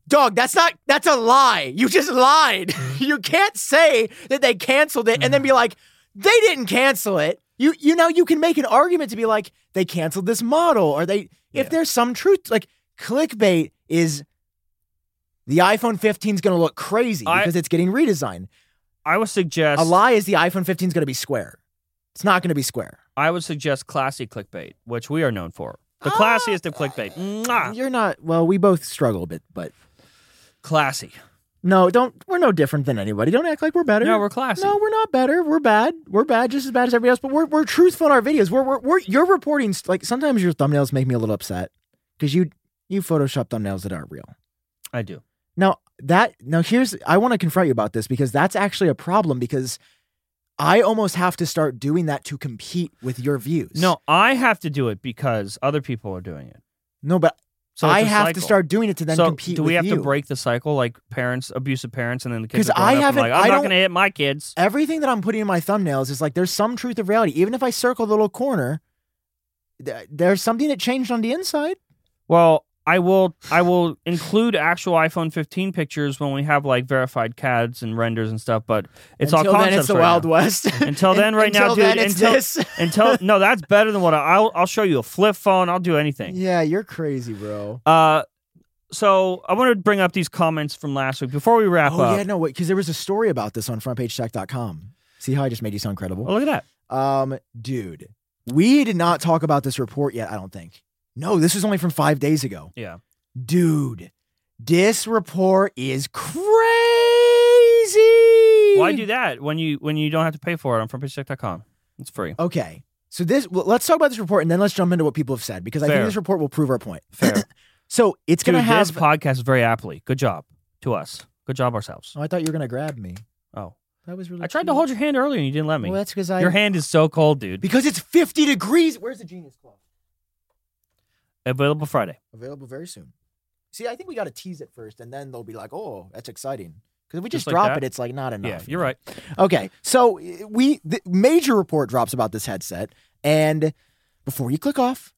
Dog, that's not that's a lie. You just lied. you can't say that they canceled it and then Mm. be like, they didn't cancel it. You you know you can make an argument to be like they canceled this model or they if there's some truth like clickbait is the iPhone 15 is going to look crazy I- because it's getting redesigned. i would suggest A lie is the iPhone 15 is going to be square. It's not going to be square. i would suggest classy clickbait which we are known for the Ah. classiest of clickbait Mwah. You're not. Well, we both struggle a bit, but classy no, don't. We're no different than anybody. Don't act like we're better. No, we're classy. No, we're not better. We're bad. We're bad, just as bad as everybody else. But we're we're truthful in our videos. We're we're, we're you're reporting like sometimes your thumbnails make me a little upset because you you Photoshop thumbnails that aren't real. I do. Now that now here's I want to confront you about this because that's actually a problem because I almost have to start doing that to compete with your views. No, I have to do it because other people are doing it. no, but So I it's a have to cycle. start doing it to then so compete. do we with have to you. break the cycle, like parents, abusive parents, and then the kids? 'Cause are growing up I and haven't- Like, I I'm not don't- going to hit my kids. Everything that I'm putting in my thumbnails is like there's some truth of reality. Even if I circle the little corner, th- there's something that changed on the inside. Well, I will I will include actual iPhone 15 pictures when we have like verified CADs and renders and stuff. But it's Until all then, concepts it's the right Wild now. West. Until then, right now, Until dude. then, it's until this. until no, that's better than what I, I'll I'll show you a flip phone. I'll do anything. yeah, you're crazy, bro. Uh, so I want to bring up these comments from last week before we wrap Oh up. yeah, no, wait, because there was a story about this on frontpagetech.com. See how I just made you sound credible? Oh, look at that. Um, dude, we did not talk about this report yet, I don't think. No, this was only from five days ago. Yeah. Dude, this report is crazy. Why do that when you when you don't have to pay for it on frontpagetech.com? It's free. Okay. So this well, let's talk about this report and then let's jump into what people have said because I Fair. think this report will prove our point. Fair. So it's Dude, gonna have this podcast is very aptly. Good job to us. Good job ourselves. Oh, I thought you were gonna grab me. Oh, That was really I tried to hold your hand earlier and you didn't let me. Well, that's because I Your hand is so cold, dude. because it's 50 degrees. Where's the genius club? Available Friday. Available very soon. See, I think we got to tease it first, and then they'll be like, "Oh, that's exciting." Because if we just, Just like drop that? it, it's like not enough. Yeah, you're right. Okay, so uh, we the major report drops about this headset, and before you click off,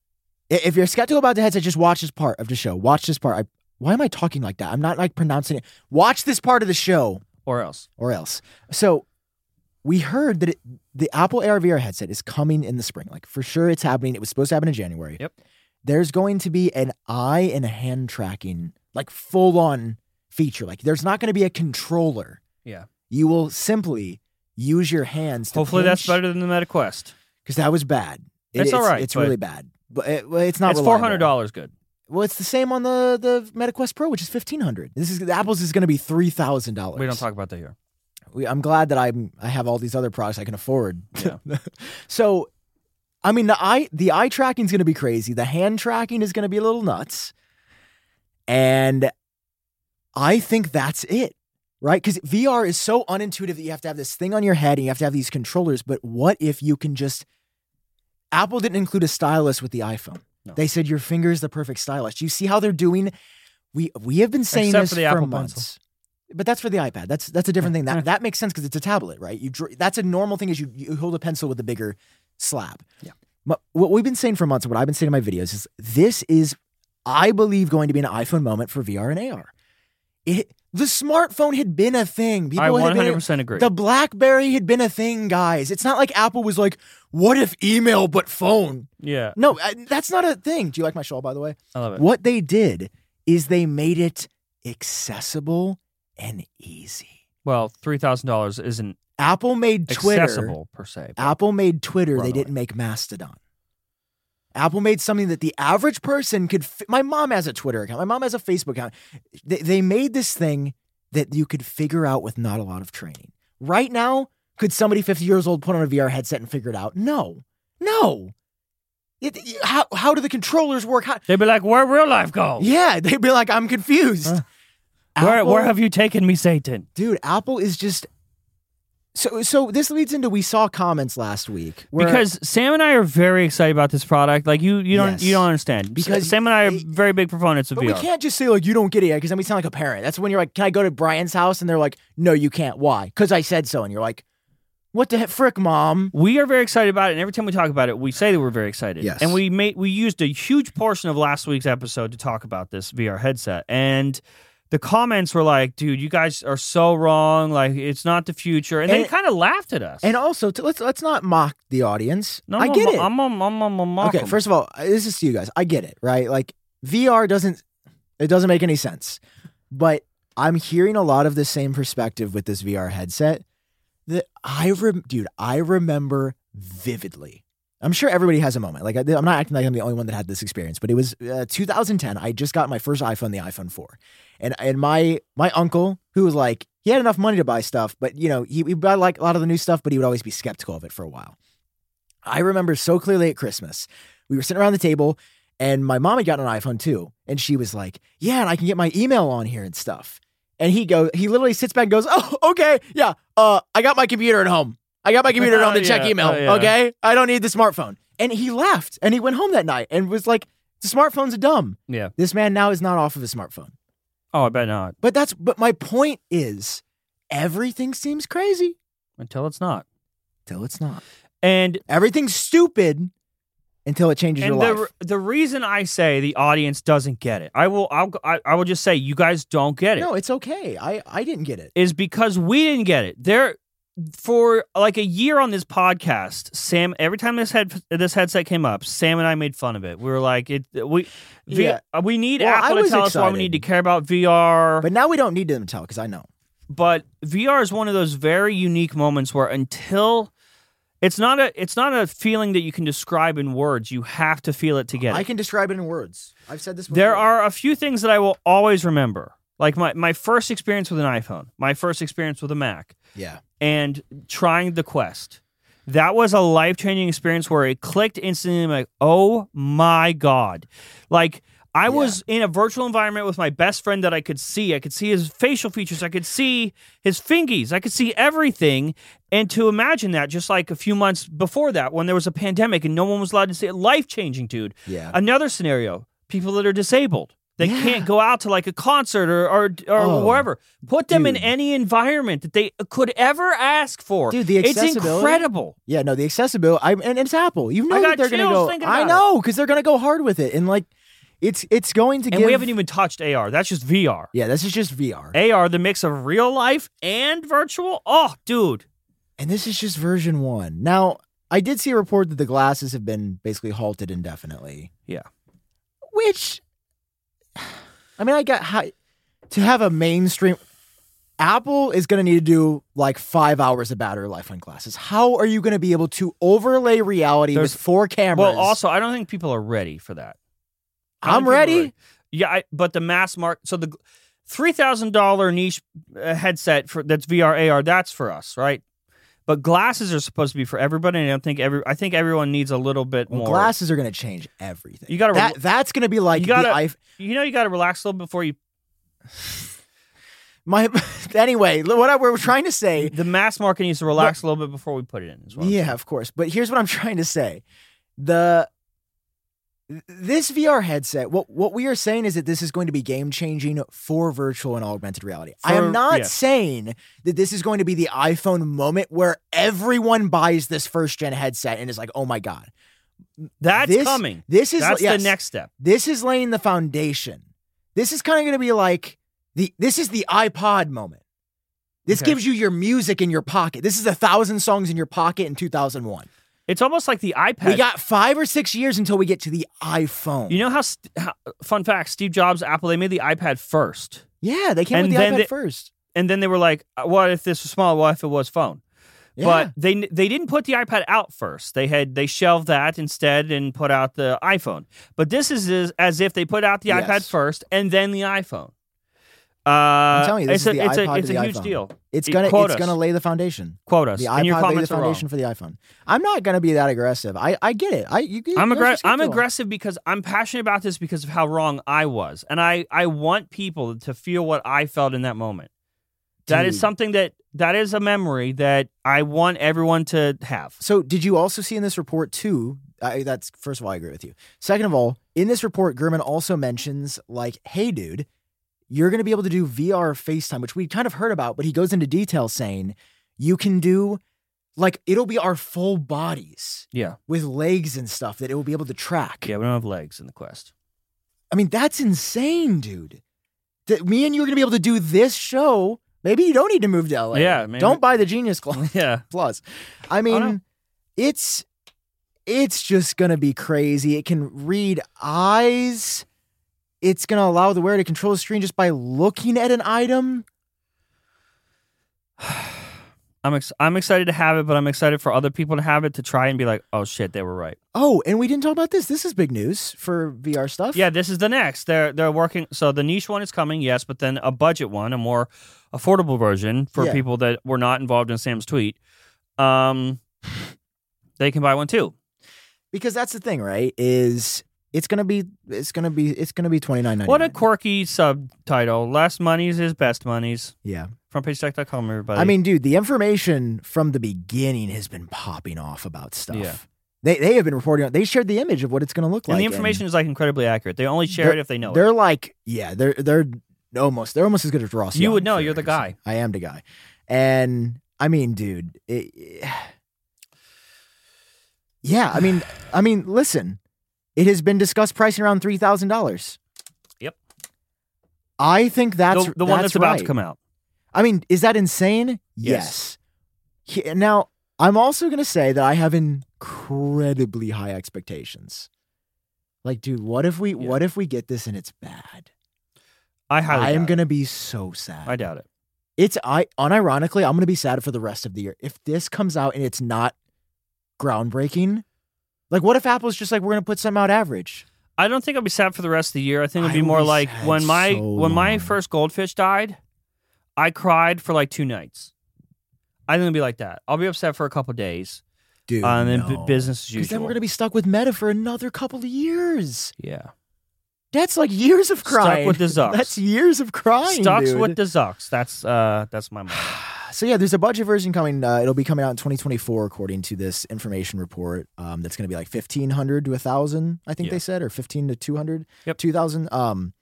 i- if you're skeptical about the headset, just watch this part of the show. Watch this part. I, why am I talking like that? I'm not like pronouncing it. Watch this part of the show Or else. or else. So we heard that it, the Apple AR/VR headset is coming in the spring. Like for sure, it's happening. It was supposed to happen in January. Yep. There's going to be an eye and hand tracking, like full on feature. Like there's not going to be a controller. Yeah. You will simply use your hands. To Hopefully that's better than the Meta Quest. because that was bad. It's all right, It's but- really bad. But it, well, it's not. it's four reliable. hundred dollars. Good. Well, it's the same on the the MetaQuest Pro, which is fifteen hundred. This is Apple's is going to be three thousand dollars. We don't talk about that here. we, I'm glad that I'm I have all these other products I can afford. Yeah. so, I mean the eye the eye tracking is going to be crazy. The hand tracking is going to be a little nuts, and I think that's it, right? Because VR is so unintuitive that you have to have this thing on your head and you have to have these controllers. But what if you can just Apple didn't include a stylus with the iPhone. No. They said your finger is the perfect stylus. You see how they're doing? We we have been saying Except this for the Apple Pencil. months but that's for the iPad. That's that's a different thing. That that makes sense because it's a tablet, right? You dr- that's a normal thing is you, you hold a pencil with a bigger slab. Yeah. But what we've been saying for months, and what I've been saying in my videos is this is, I believe, going to be an iPhone moment for VR and AR. It the smartphone had been a thing. People I had one been- hundred percent agree. The BlackBerry had been a thing, guys. It's not like Apple was like, "What if email but phone?" yeah, No, I, that's not a thing. Do you like my shawl, by the way? I love it. What they did is they made it accessible and easy. Well, three thousand dollars isn't Apple made Twitter. accessible per se. but- Apple made Twitter. Runaway. They didn't make Mastodon. Apple made something that the average person could. Fi- my mom has a Twitter account. My mom has a Facebook account. They, they made this thing that you could figure out with not a lot of training. Right now, could somebody 50 years old put on a VR headset and figure it out? No, no. It- it- how, how do the controllers work? How, They'd be like, "Where real life go? yeah, they'd be like, I'm confused. Where where Apple- have you taken me, Satan?" dude? Apple is just so. So this leads into we saw comments last week where, because Sam and I are very excited about this product. Like you, you don't Yes. you don't understand. Because Sam and I are it- very big proponents of but we VR. can't just say like you don't get it because then we sound like a parent. That's when you're like, can I go to Brian's house? And they're like, no, you can't. Why? Because I said so. And you're like, what the heck, frick, mom? We are very excited about it, and every time we talk about it, we say that we're very excited. Yes. And we made we used a huge portion of last week's episode to talk about this VR headset. And the comments were like, dude, you guys are so wrong. Like it's not the future. And, they And- kind of laughed at us. And also, t- let's let's not mock the audience. no, I I'm get a- it. I'm a, I'm a, I'm a mock okay, 'em. first of all, I- this is to you guys. I get it, right? Like VR doesn't it doesn't make any sense. But I'm hearing a lot of the same perspective with this VR headset that I rem- dude, I remember vividly. I'm sure everybody has a moment. Like I, I'm not acting like I'm the only one that had this experience, but it was uh, 2010. I just got my first iPhone, the iPhone 4, and and my my uncle who was like he had enough money to buy stuff, but you know he, he bought like a lot of the new stuff, but he would always be skeptical of it for a while. I remember so clearly at Christmas, we were sitting around the table, and my mom had gotten an iPhone too, and she was like, "Yeah, and I can get my email on here and stuff." And he go, he literally sits back and goes, "Oh, okay, yeah, uh, I got my computer at home. I got my computer at home to check Yeah, email. oh, yeah. Okay, I don't need the smartphone." And he left, and he went home that night, and was like, "The smartphones are dumb." Yeah. This man now is not off of his smartphone. Oh, I bet not. But that's but my point is, everything seems crazy Until it's not. till it's not. And Everything's stupid until it changes and your the life. the reason I say the audience doesn't get it, I will I'll, I I will just say you guys don't get it. No, it's okay. I I didn't get it. is because we didn't get it. There for like a year on this podcast, Sam. Every time this head this headset came up, Sam and I made fun of it. We were like, "It we v- uh, Yeah. we need Well, I Apple to was tell us why we excited. need to care about VR." But, But now we don't need them to tell because I know. VR is one of those very unique moments where until it's not a it's not a feeling that you can describe in words. You have to feel it to get it. I can describe it in words. I've said this. Before. There are a few things that I will always remember. Like my, my first experience with an iPhone, my first experience with a Mac, Yeah. and trying the Quest. That was a life changing experience where it clicked instantly. I'm like, oh my God. Like, I was in a virtual environment with my best friend that I could see. I could see his facial features. I could see his fingies. I could see everything. And to imagine that just like a few months before that, when there was a pandemic and no one was allowed to see it, life changing, dude. Yeah. Another scenario people that are disabled. They can't go out to like a concert or or, or Oh, wherever. Put them in dude. any environment that they could ever ask for. Dude, the it's accessibility- incredible. Yeah, no, the accessibility. I, and it's Apple. You know I that got they're going to chills go. thinking I about know because they're going to go hard with it, and like, it's it's going to And give. we haven't even touched AR. That's just VR. Yeah, this is just VR, AR, the mix of real life and virtual. Oh, dude. and this is just version one. Now, I did see a report that the glasses have been basically halted indefinitely. Yeah. Which, I mean, I got how to have a mainstream. Apple is going to need to do like five hours of battery life on glasses. How are you going to be able to overlay reality There's- with four cameras? Well, also, I don't think people are ready for that. I don't think I'm people are ready. Yeah, I, but the mass mark. So the three thousand dollar niche uh, headset for that's VR AR. That's for us, right? But glasses are supposed to be for everybody. And I don't think every. I think everyone needs a little bit Well, more. glasses are going to change everything. You gotta that, rel- that's going to be like You gotta- the iPhone. You know, you got to relax a little before you. My anyway, what I, we're trying to say. The mass market needs to relax a little bit before we put it in. As well. Yeah, of course. But here's what I'm trying to say: the this VR headset. What what we are saying is that this is going to be game changing for virtual and augmented reality. I For- am not yes. saying that this is going to be the iPhone moment where everyone buys this first gen headset and is like, oh my god, that's this, coming. This is that's yes. the next step. this is laying the foundation. This is kind of going to be like the this is the iPod moment. This Okay. gives you your music in your pocket. This is a thousand songs in your pocket in 2001. It's almost like the iPad. We got five or six years until we get to the iPhone. You know how, st- how? Fun fact: Steve Jobs, Apple, they made the iPad first. yeah, they came and with the then iPad the- first. and then they were like, "Uh, "What if this was small? What if it was phone?" Yeah. But they they didn't put the iPad out first. They had they shelved that instead and put out the iPhone. But this is, is as if they put out the Yes. iPad first and then the iPhone. Uh, I'm telling you, it's this is a, the it's iPod a, to it's the a huge iPhone. deal. it's You gonna quote it's us. gonna lay the foundation. Quote us. The and your iPod laid the comments are wrong. foundation for the iPhone. I'm not gonna be that aggressive. I, I get it. I you, you I'm you're aggressive. just gonna I'm feel- aggressive because I'm passionate about this because of how wrong I was, and I I want people to feel what I felt in that moment. That is Dude. something that that is a memory that I want everyone to have. So, did you also see in this report too? I, that's first of all, I agree with you. Second of all, in this report, Gurman also mentions like, "Hey, dude, you're going to be able to do VR FaceTime," which we kind of heard about, but he goes into detail saying you can do like it'll be our full bodies Yeah, with legs and stuff that it will be able to track. yeah. We don't have legs in the quest. I mean, that's insane, dude. That me and you are going to be able to do this show. Maybe you don't need to move to LA. Yeah, maybe- don't buy the Genius Club. Yeah. plus. I no. mean, it's it's just gonna be crazy. It can read eyes. It's gonna allow the wearer to control the screen just by looking at an item. I'm ex- I'm excited to have it, but I'm excited for other people to have it to try and be like, oh shit, they were right. Oh, and we didn't talk about this. This is big news for VR stuff. Yeah, this is the next. They're they're working. So the niche one is coming, yes, but then a budget one, a more affordable version for Yeah. people that were not involved in Sam's tweet. Um, they can buy one too. because that's the thing, right? Is it's gonna be it's gonna be it's gonna be twenty nine ninety. What a quirky subtitle. Less monies is best monies. yeah. Frontpagetech.com, everybody. I mean, dude, the information from the beginning has been popping off about stuff. Yeah. They they have been reporting. on They shared the image of what it's gonna look and like. the information is like incredibly accurate. They only share They're- it if they know it. They're like, yeah, they're they're almost they're almost as good as Ross. You would Young know. for You're the comparison. I am the guy, and I mean, dude, it, Yeah, I mean, I mean, listen, it has been discussed pricing around three thousand dollars. Yep. I think that's the, the one that's, about to right. come out. I mean, is that insane? Yes. Yes. He- now, I'm also going to say that I have incredibly high expectations. Like, dude, what if we Yeah. what if we get this and it's bad? I highly. I am doubt it. going to be so sad. I doubt it. it's I unironically, I'm going to be sad for the rest of the year if this comes out and it's not groundbreaking. Like, what if Apple's just like we're going to put something out average? I don't think I'll be sad for the rest of the year. I think it'll I be will more be like sad when my so when my long. first goldfish died, I cried for like two nights. I think it'll be like that. I'll be upset for a couple days, Dude, uh, and then b- no. business as 'Cause usual. then we're going to be stuck with Meta for another couple of years. yeah, That's like years of crying. with the Zucks. That's years of crying. stocks dude. with the zucks. That's uh, that's my mind. So yeah, there's a budget version coming. Uh, it'll be coming out in 2024, according to this information report. Um, that's going to be like 1,500 to 1,000, I think Yeah. they said, or 15 to 200, Yep. 2,000. Um,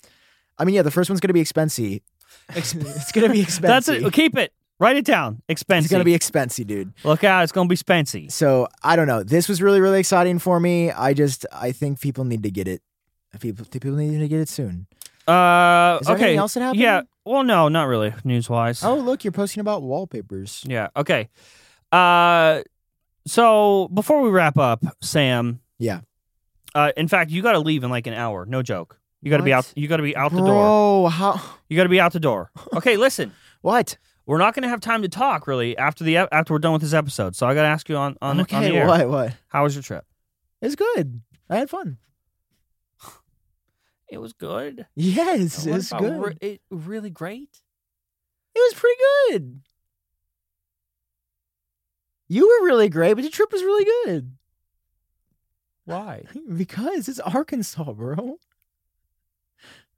I mean, yeah, the first one's going to be expensive. it's going to be expensive. That's it. Keep it. Write it down. Expensive. It's going to be expensive, dude. Look out! It's gonna be spency. So I don't know. This was really, really exciting for me. I just, I think people need to get it. People, people need to get it soon. Uh, Is there okay. anything else that happened? Yeah. Well, no, not really. News wise. Oh, look, you're posting about wallpapers. Yeah. Okay. Uh, so before we wrap up, Sam. Yeah. Uh, in fact, you got to leave in like an hour. No joke. You got to be What? out. You got to be out the door. Bro, how? You got to be out the door. Okay, listen. What? We're not going to have time to talk really after the ep- after we're done with this episode. So I got to ask you on on, the- okay, on the air. what? What? How was your trip? It's good. I had fun. It was good. Yes, it's good. it really great. it was pretty good. You were really great, but your trip was really good Why? because it's Arkansas, bro.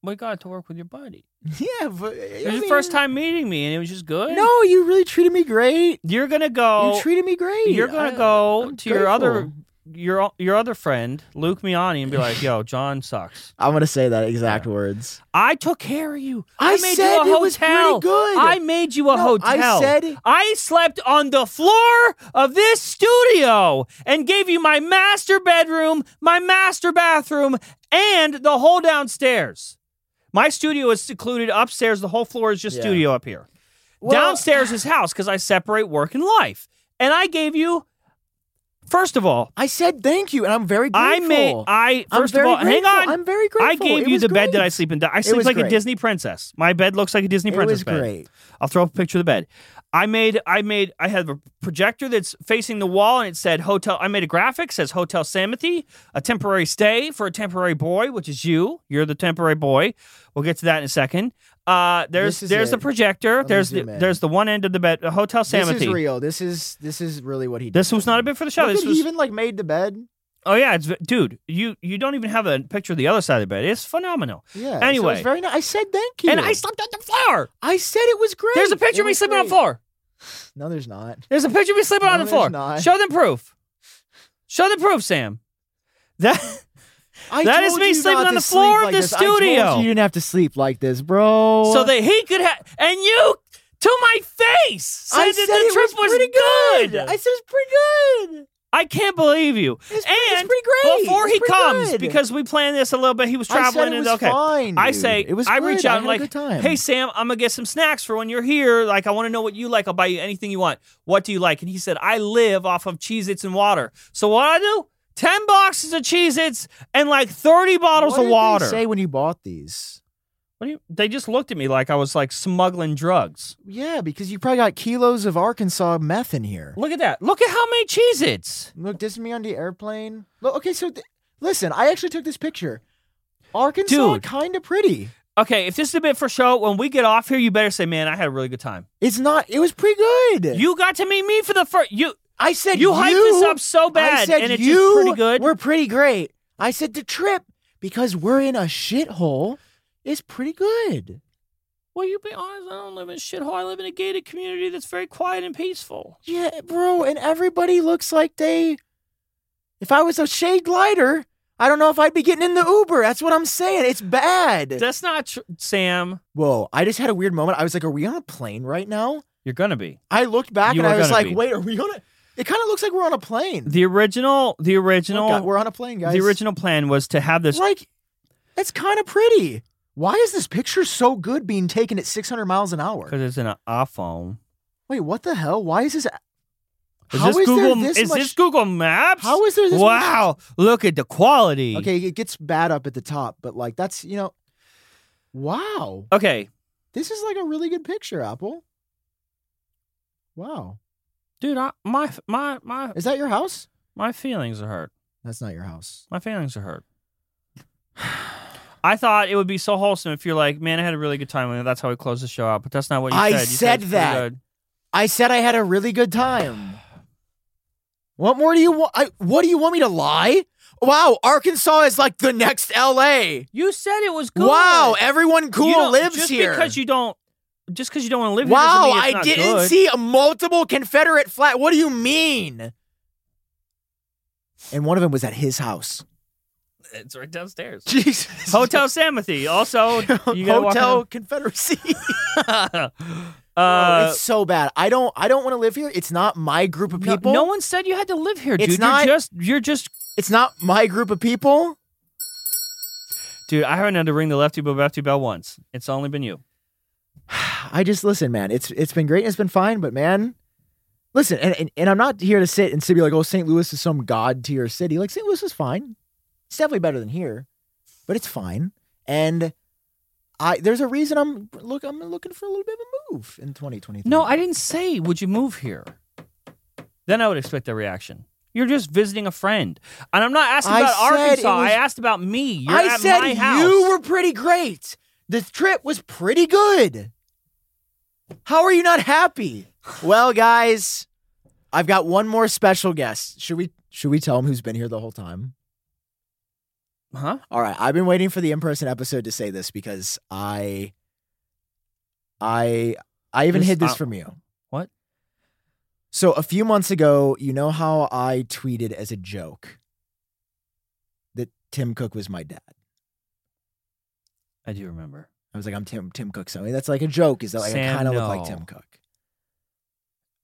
We got to work with your buddy. Yeah, but It was your first time meeting me, and it was just good. No, you really treated me great. you're gonna go. you treated me great. You're gonna I- go I'm to your other grateful. your your other friend Luke Miani and be like, "Yo, John sucks. I'm gonna say that exact words. I took care of you. I, made said you a it was hotel. pretty good. I made you a No, I hotel. said- I slept on the floor of this studio and gave you my master bedroom, my master bathroom, and the whole downstairs. My studio is secluded upstairs. The whole floor is just Yeah. studio up here. Well- downstairs is house because I separate work and life. And I gave you, first of all, I said thank you, and I'm very I grateful. made I I'm first of very all hang grateful. on. I'm very I grateful. gave It you was the bed that I great. sleep in. I sleep was like a great. Disney princess. My bed looks like a Disney It princess was bed. great. I'll throw up a picture of the bed. I made I made I have a projector that's facing the wall and it said hotel I made a graphic says Hotel Samothy, a temporary stay for a temporary boy, which is you. You're the temporary boy. We'll get to that in a second. Uh there's This is there's the it. projector. me there's the zoom in. there's the one end of the bed, uh, Hotel Samothy. This is real. This is this is really what he did. This was not a bit for the show. Look this at- was he even like made the bed. Oh yeah, it's dude. You you don't even have a picture of the other side of the bed. It's phenomenal. Yeah. so Anyway. it's very nice. I said thank you. And I slept on the floor. I said it was great. There's a picture It of me was sleeping on the great. floor. No, there's not. There's a picture of me sleeping No, on the there's floor. not. Show them proof. Show them proof, Sam. That I That told is me you sleeping not on to the floor sleep of like the this. I told studio. you, you didn't have to sleep like this, bro. so that he could have and you to my face said I that said the it trip was pretty good. I said it's pretty good. I can't believe you. It's pretty, it's and pretty great. before It's he pretty comes, good. because we planned this a little bit, he was traveling I said it was and okay. fine, I dude. say it was. I good. reach I out had and a like, good time. hey Sam, I'm gonna get some snacks for when you're here. Like, I want to know what you like. I'll buy you anything you want. What do you like? And he said, I live off of Cheez Its and water. So what I do? Ten boxes of Cheez Its and like thirty bottles what did of they water. say when you bought these? What do you, they just looked at me like I was like smuggling drugs. Yeah, because you probably got kilos of Arkansas meth in here. Look at that. Look at how many Cheez Its. Look, this is me on the airplane. Look, okay, so th- listen, I actually took this picture. Arkansas, Dude. kind of pretty. Okay, if this is a bit for show, when we get off here, you better say, man, I had a really good time. It's not. It was pretty good. You got to meet me for the first. You I said you hyped this up so I bad, said and it's you just pretty good. We're pretty great. I said the trip because we're in a shithole is pretty good. Well, you be honest. I don't live in a shithole. I live in a gated community that's very quiet and peaceful. Yeah, bro, and everybody looks like they. If I was a shade lighter, I don't know if I'd be getting in the Uber. That's what I'm saying. It's bad. That's not tr- Sam. Whoa, I just had a weird moment. I was like, are we on a plane right now? You're gonna be. I looked back You and are I was gonna like, be. wait, are we on a It kind of looks like we're on a plane. The original, the original, Look, we're on a plane, guys. the original plan was to have this. Like, it's kind of pretty. Why is this picture so good being taken at 600 miles an hour? Because it's an iPhone. Wait, what the hell? Why is this? Is How this is there Google? this is much- this Google Maps? How is there this much- Wow! Look at the quality. Okay, it gets bad up at the top, but like that's you know, wow, Okay, this is like a really good picture, Apple. Wow, dude. I, my my my is that your house? my feelings are hurt. That's not your house. My feelings are hurt. I thought it would be so wholesome if you're like, man, I had a really good time, and that's how we close the show out. But that's not what you I said. You said it's pretty that. good. I said I had a really good time. What more do you want? I, what do you want me to lie? Wow, Arkansas is like the next LA. You said it was good. Wow, everyone cool You don't- lives just here. Because you don't, just because you don't want to live here. doesn't wow, mean it's I not didn't good. see a multiple Confederate flag. What do you mean? And one of them was at his house. It's right downstairs. Jesus. Hotel Samothy. Also, you gotta walk Hotel in- Confederacy. Oh, uh, it's so bad. I don't. I don't want to live here. It's not my group of no, people. no one said you had to live here, dude. It's not- You're just, you're just, it's not my group of people. dude. I haven't had to ring the lefty bell, lefty bell once. It's only been you. I just listen, man. It's it's been great. It's been fine, but man, listen, and, and, and I'm not here to sit and sit be like, oh, St. Louis is some god tier city. Like St. Louis is fine. It's definitely better than here, but it's fine. And I there's a reason I'm look I'm looking for a little bit of a move in 2023. No, I didn't say. Would you move here? Then I would expect a reaction. You're just visiting a friend, and I'm not asking I about said it Arkansas. I was- asked about me. You're I at said my house. you were pretty great. The trip was pretty good. How are you not happy? Well, guys, I've got one more special guest. Should we should we tell him who's been here the whole time? huh? All right, I've been waiting for the in-person episode to say this because I, I, I even This- hid this uh, from you. what? So a few months ago, you know how I tweeted as a joke that Tim Cook was my dad. I do remember. I was like, I'm Tim Tim Cook. So that's like a joke. Is that like I Sam, kind of look like no. Tim Cook,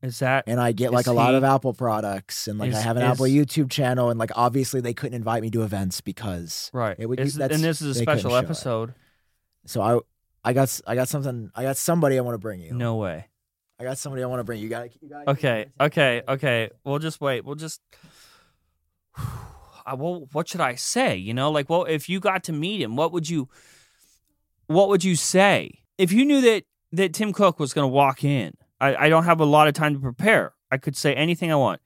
Is that and I get like Is a lot he- of Apple products, and like I is- have an is- Apple YouTube channel, and like obviously they couldn't invite me to events because right? It would- Is- that's- and this is a they couldn't special show it. episode. so I. I got s- I got something I got somebody I want to bring you. No way. I got somebody I want to bring. You got you got Okay, okay, okay. We'll just wait. We'll just. I, well, what should I say? You know, like, well, if you got to meet him, what would you, what would you say if you knew that that Tim Cook was going to walk in? I, I don't have a lot of time to prepare. I could say anything I want.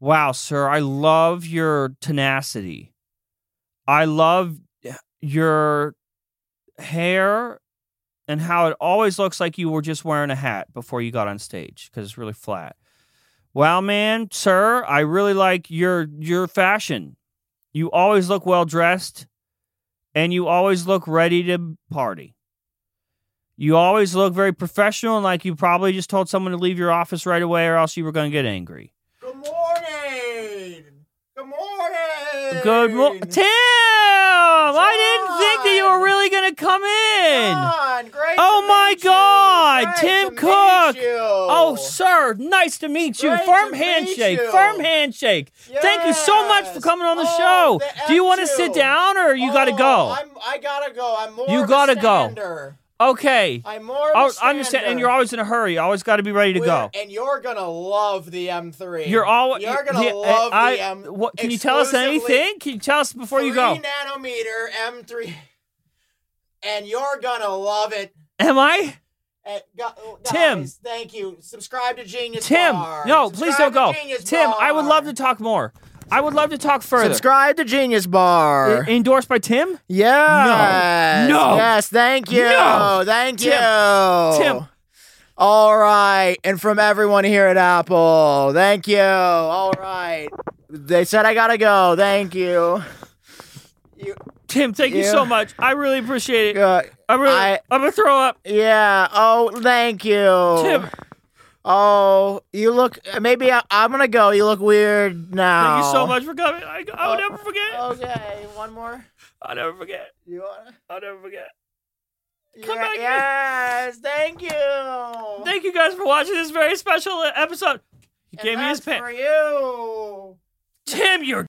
Wow, sir, I love your tenacity. I love your hair and how it always looks like you were just wearing a hat before you got on stage because it's really flat. Wow, man, sir, I really like your your fashion. You always look well dressed, and you always look ready to party. You always look very professional, and like you probably just told someone to leave your office right away, or else you were going to get angry. Good morning. Good morning. Good morning, Tim. I didn't think that you were John. really going to come in. John, great Oh to my meet you. God, Great Tim to meet Cook. you. Oh, sir, nice to meet you. Great firm to meet handshake, you. firm handshake. Thank you so much for Yes. coming on the Oh, show. the Do you want to F2. sit down or you got to Oh, go? I'm, I gotta go. I'm more. You of a gotta go. stander. okay. I'm more. Of I a understand. stander. And you're always in a hurry. You always got to be ready to We're- go. And you're gonna love the M3. You're always. You're gonna love I, the M. what, Can you tell us exclusively anything? Can you tell us before you go? Three nanometer M3, and you're gonna love it. Am I? Uh, gu- Tim. guys, thank you. Subscribe to Genius Tim, Bar. no, please don't Subscribe go. to Genius Tim, I would Bar. love to talk more. I would love to talk further. Subscribe to Genius Bar. E- Endorsed by Tim? Uh, yes. No. Yes. Thank you. No. Thank Tim. you. Tim. All right. And from everyone here at Apple, thank you. All right. They said I gotta go. Thank you. Tim, thank you Yeah. so much. I really appreciate it. Uh, I really, I- I'm going to throw up. yeah. Oh, thank you. Tim, Oh, you look. Maybe I, I'm gonna go. You look weird now. Thank you so much for coming. I, I will never forget. Oh, Okay. One more. I'll never forget. You wanna? I'll never forget. Come Yeah, back here. yes. Thank you. Thank you guys for watching this very special episode. He gave me his that's pen. for you. Tim, you're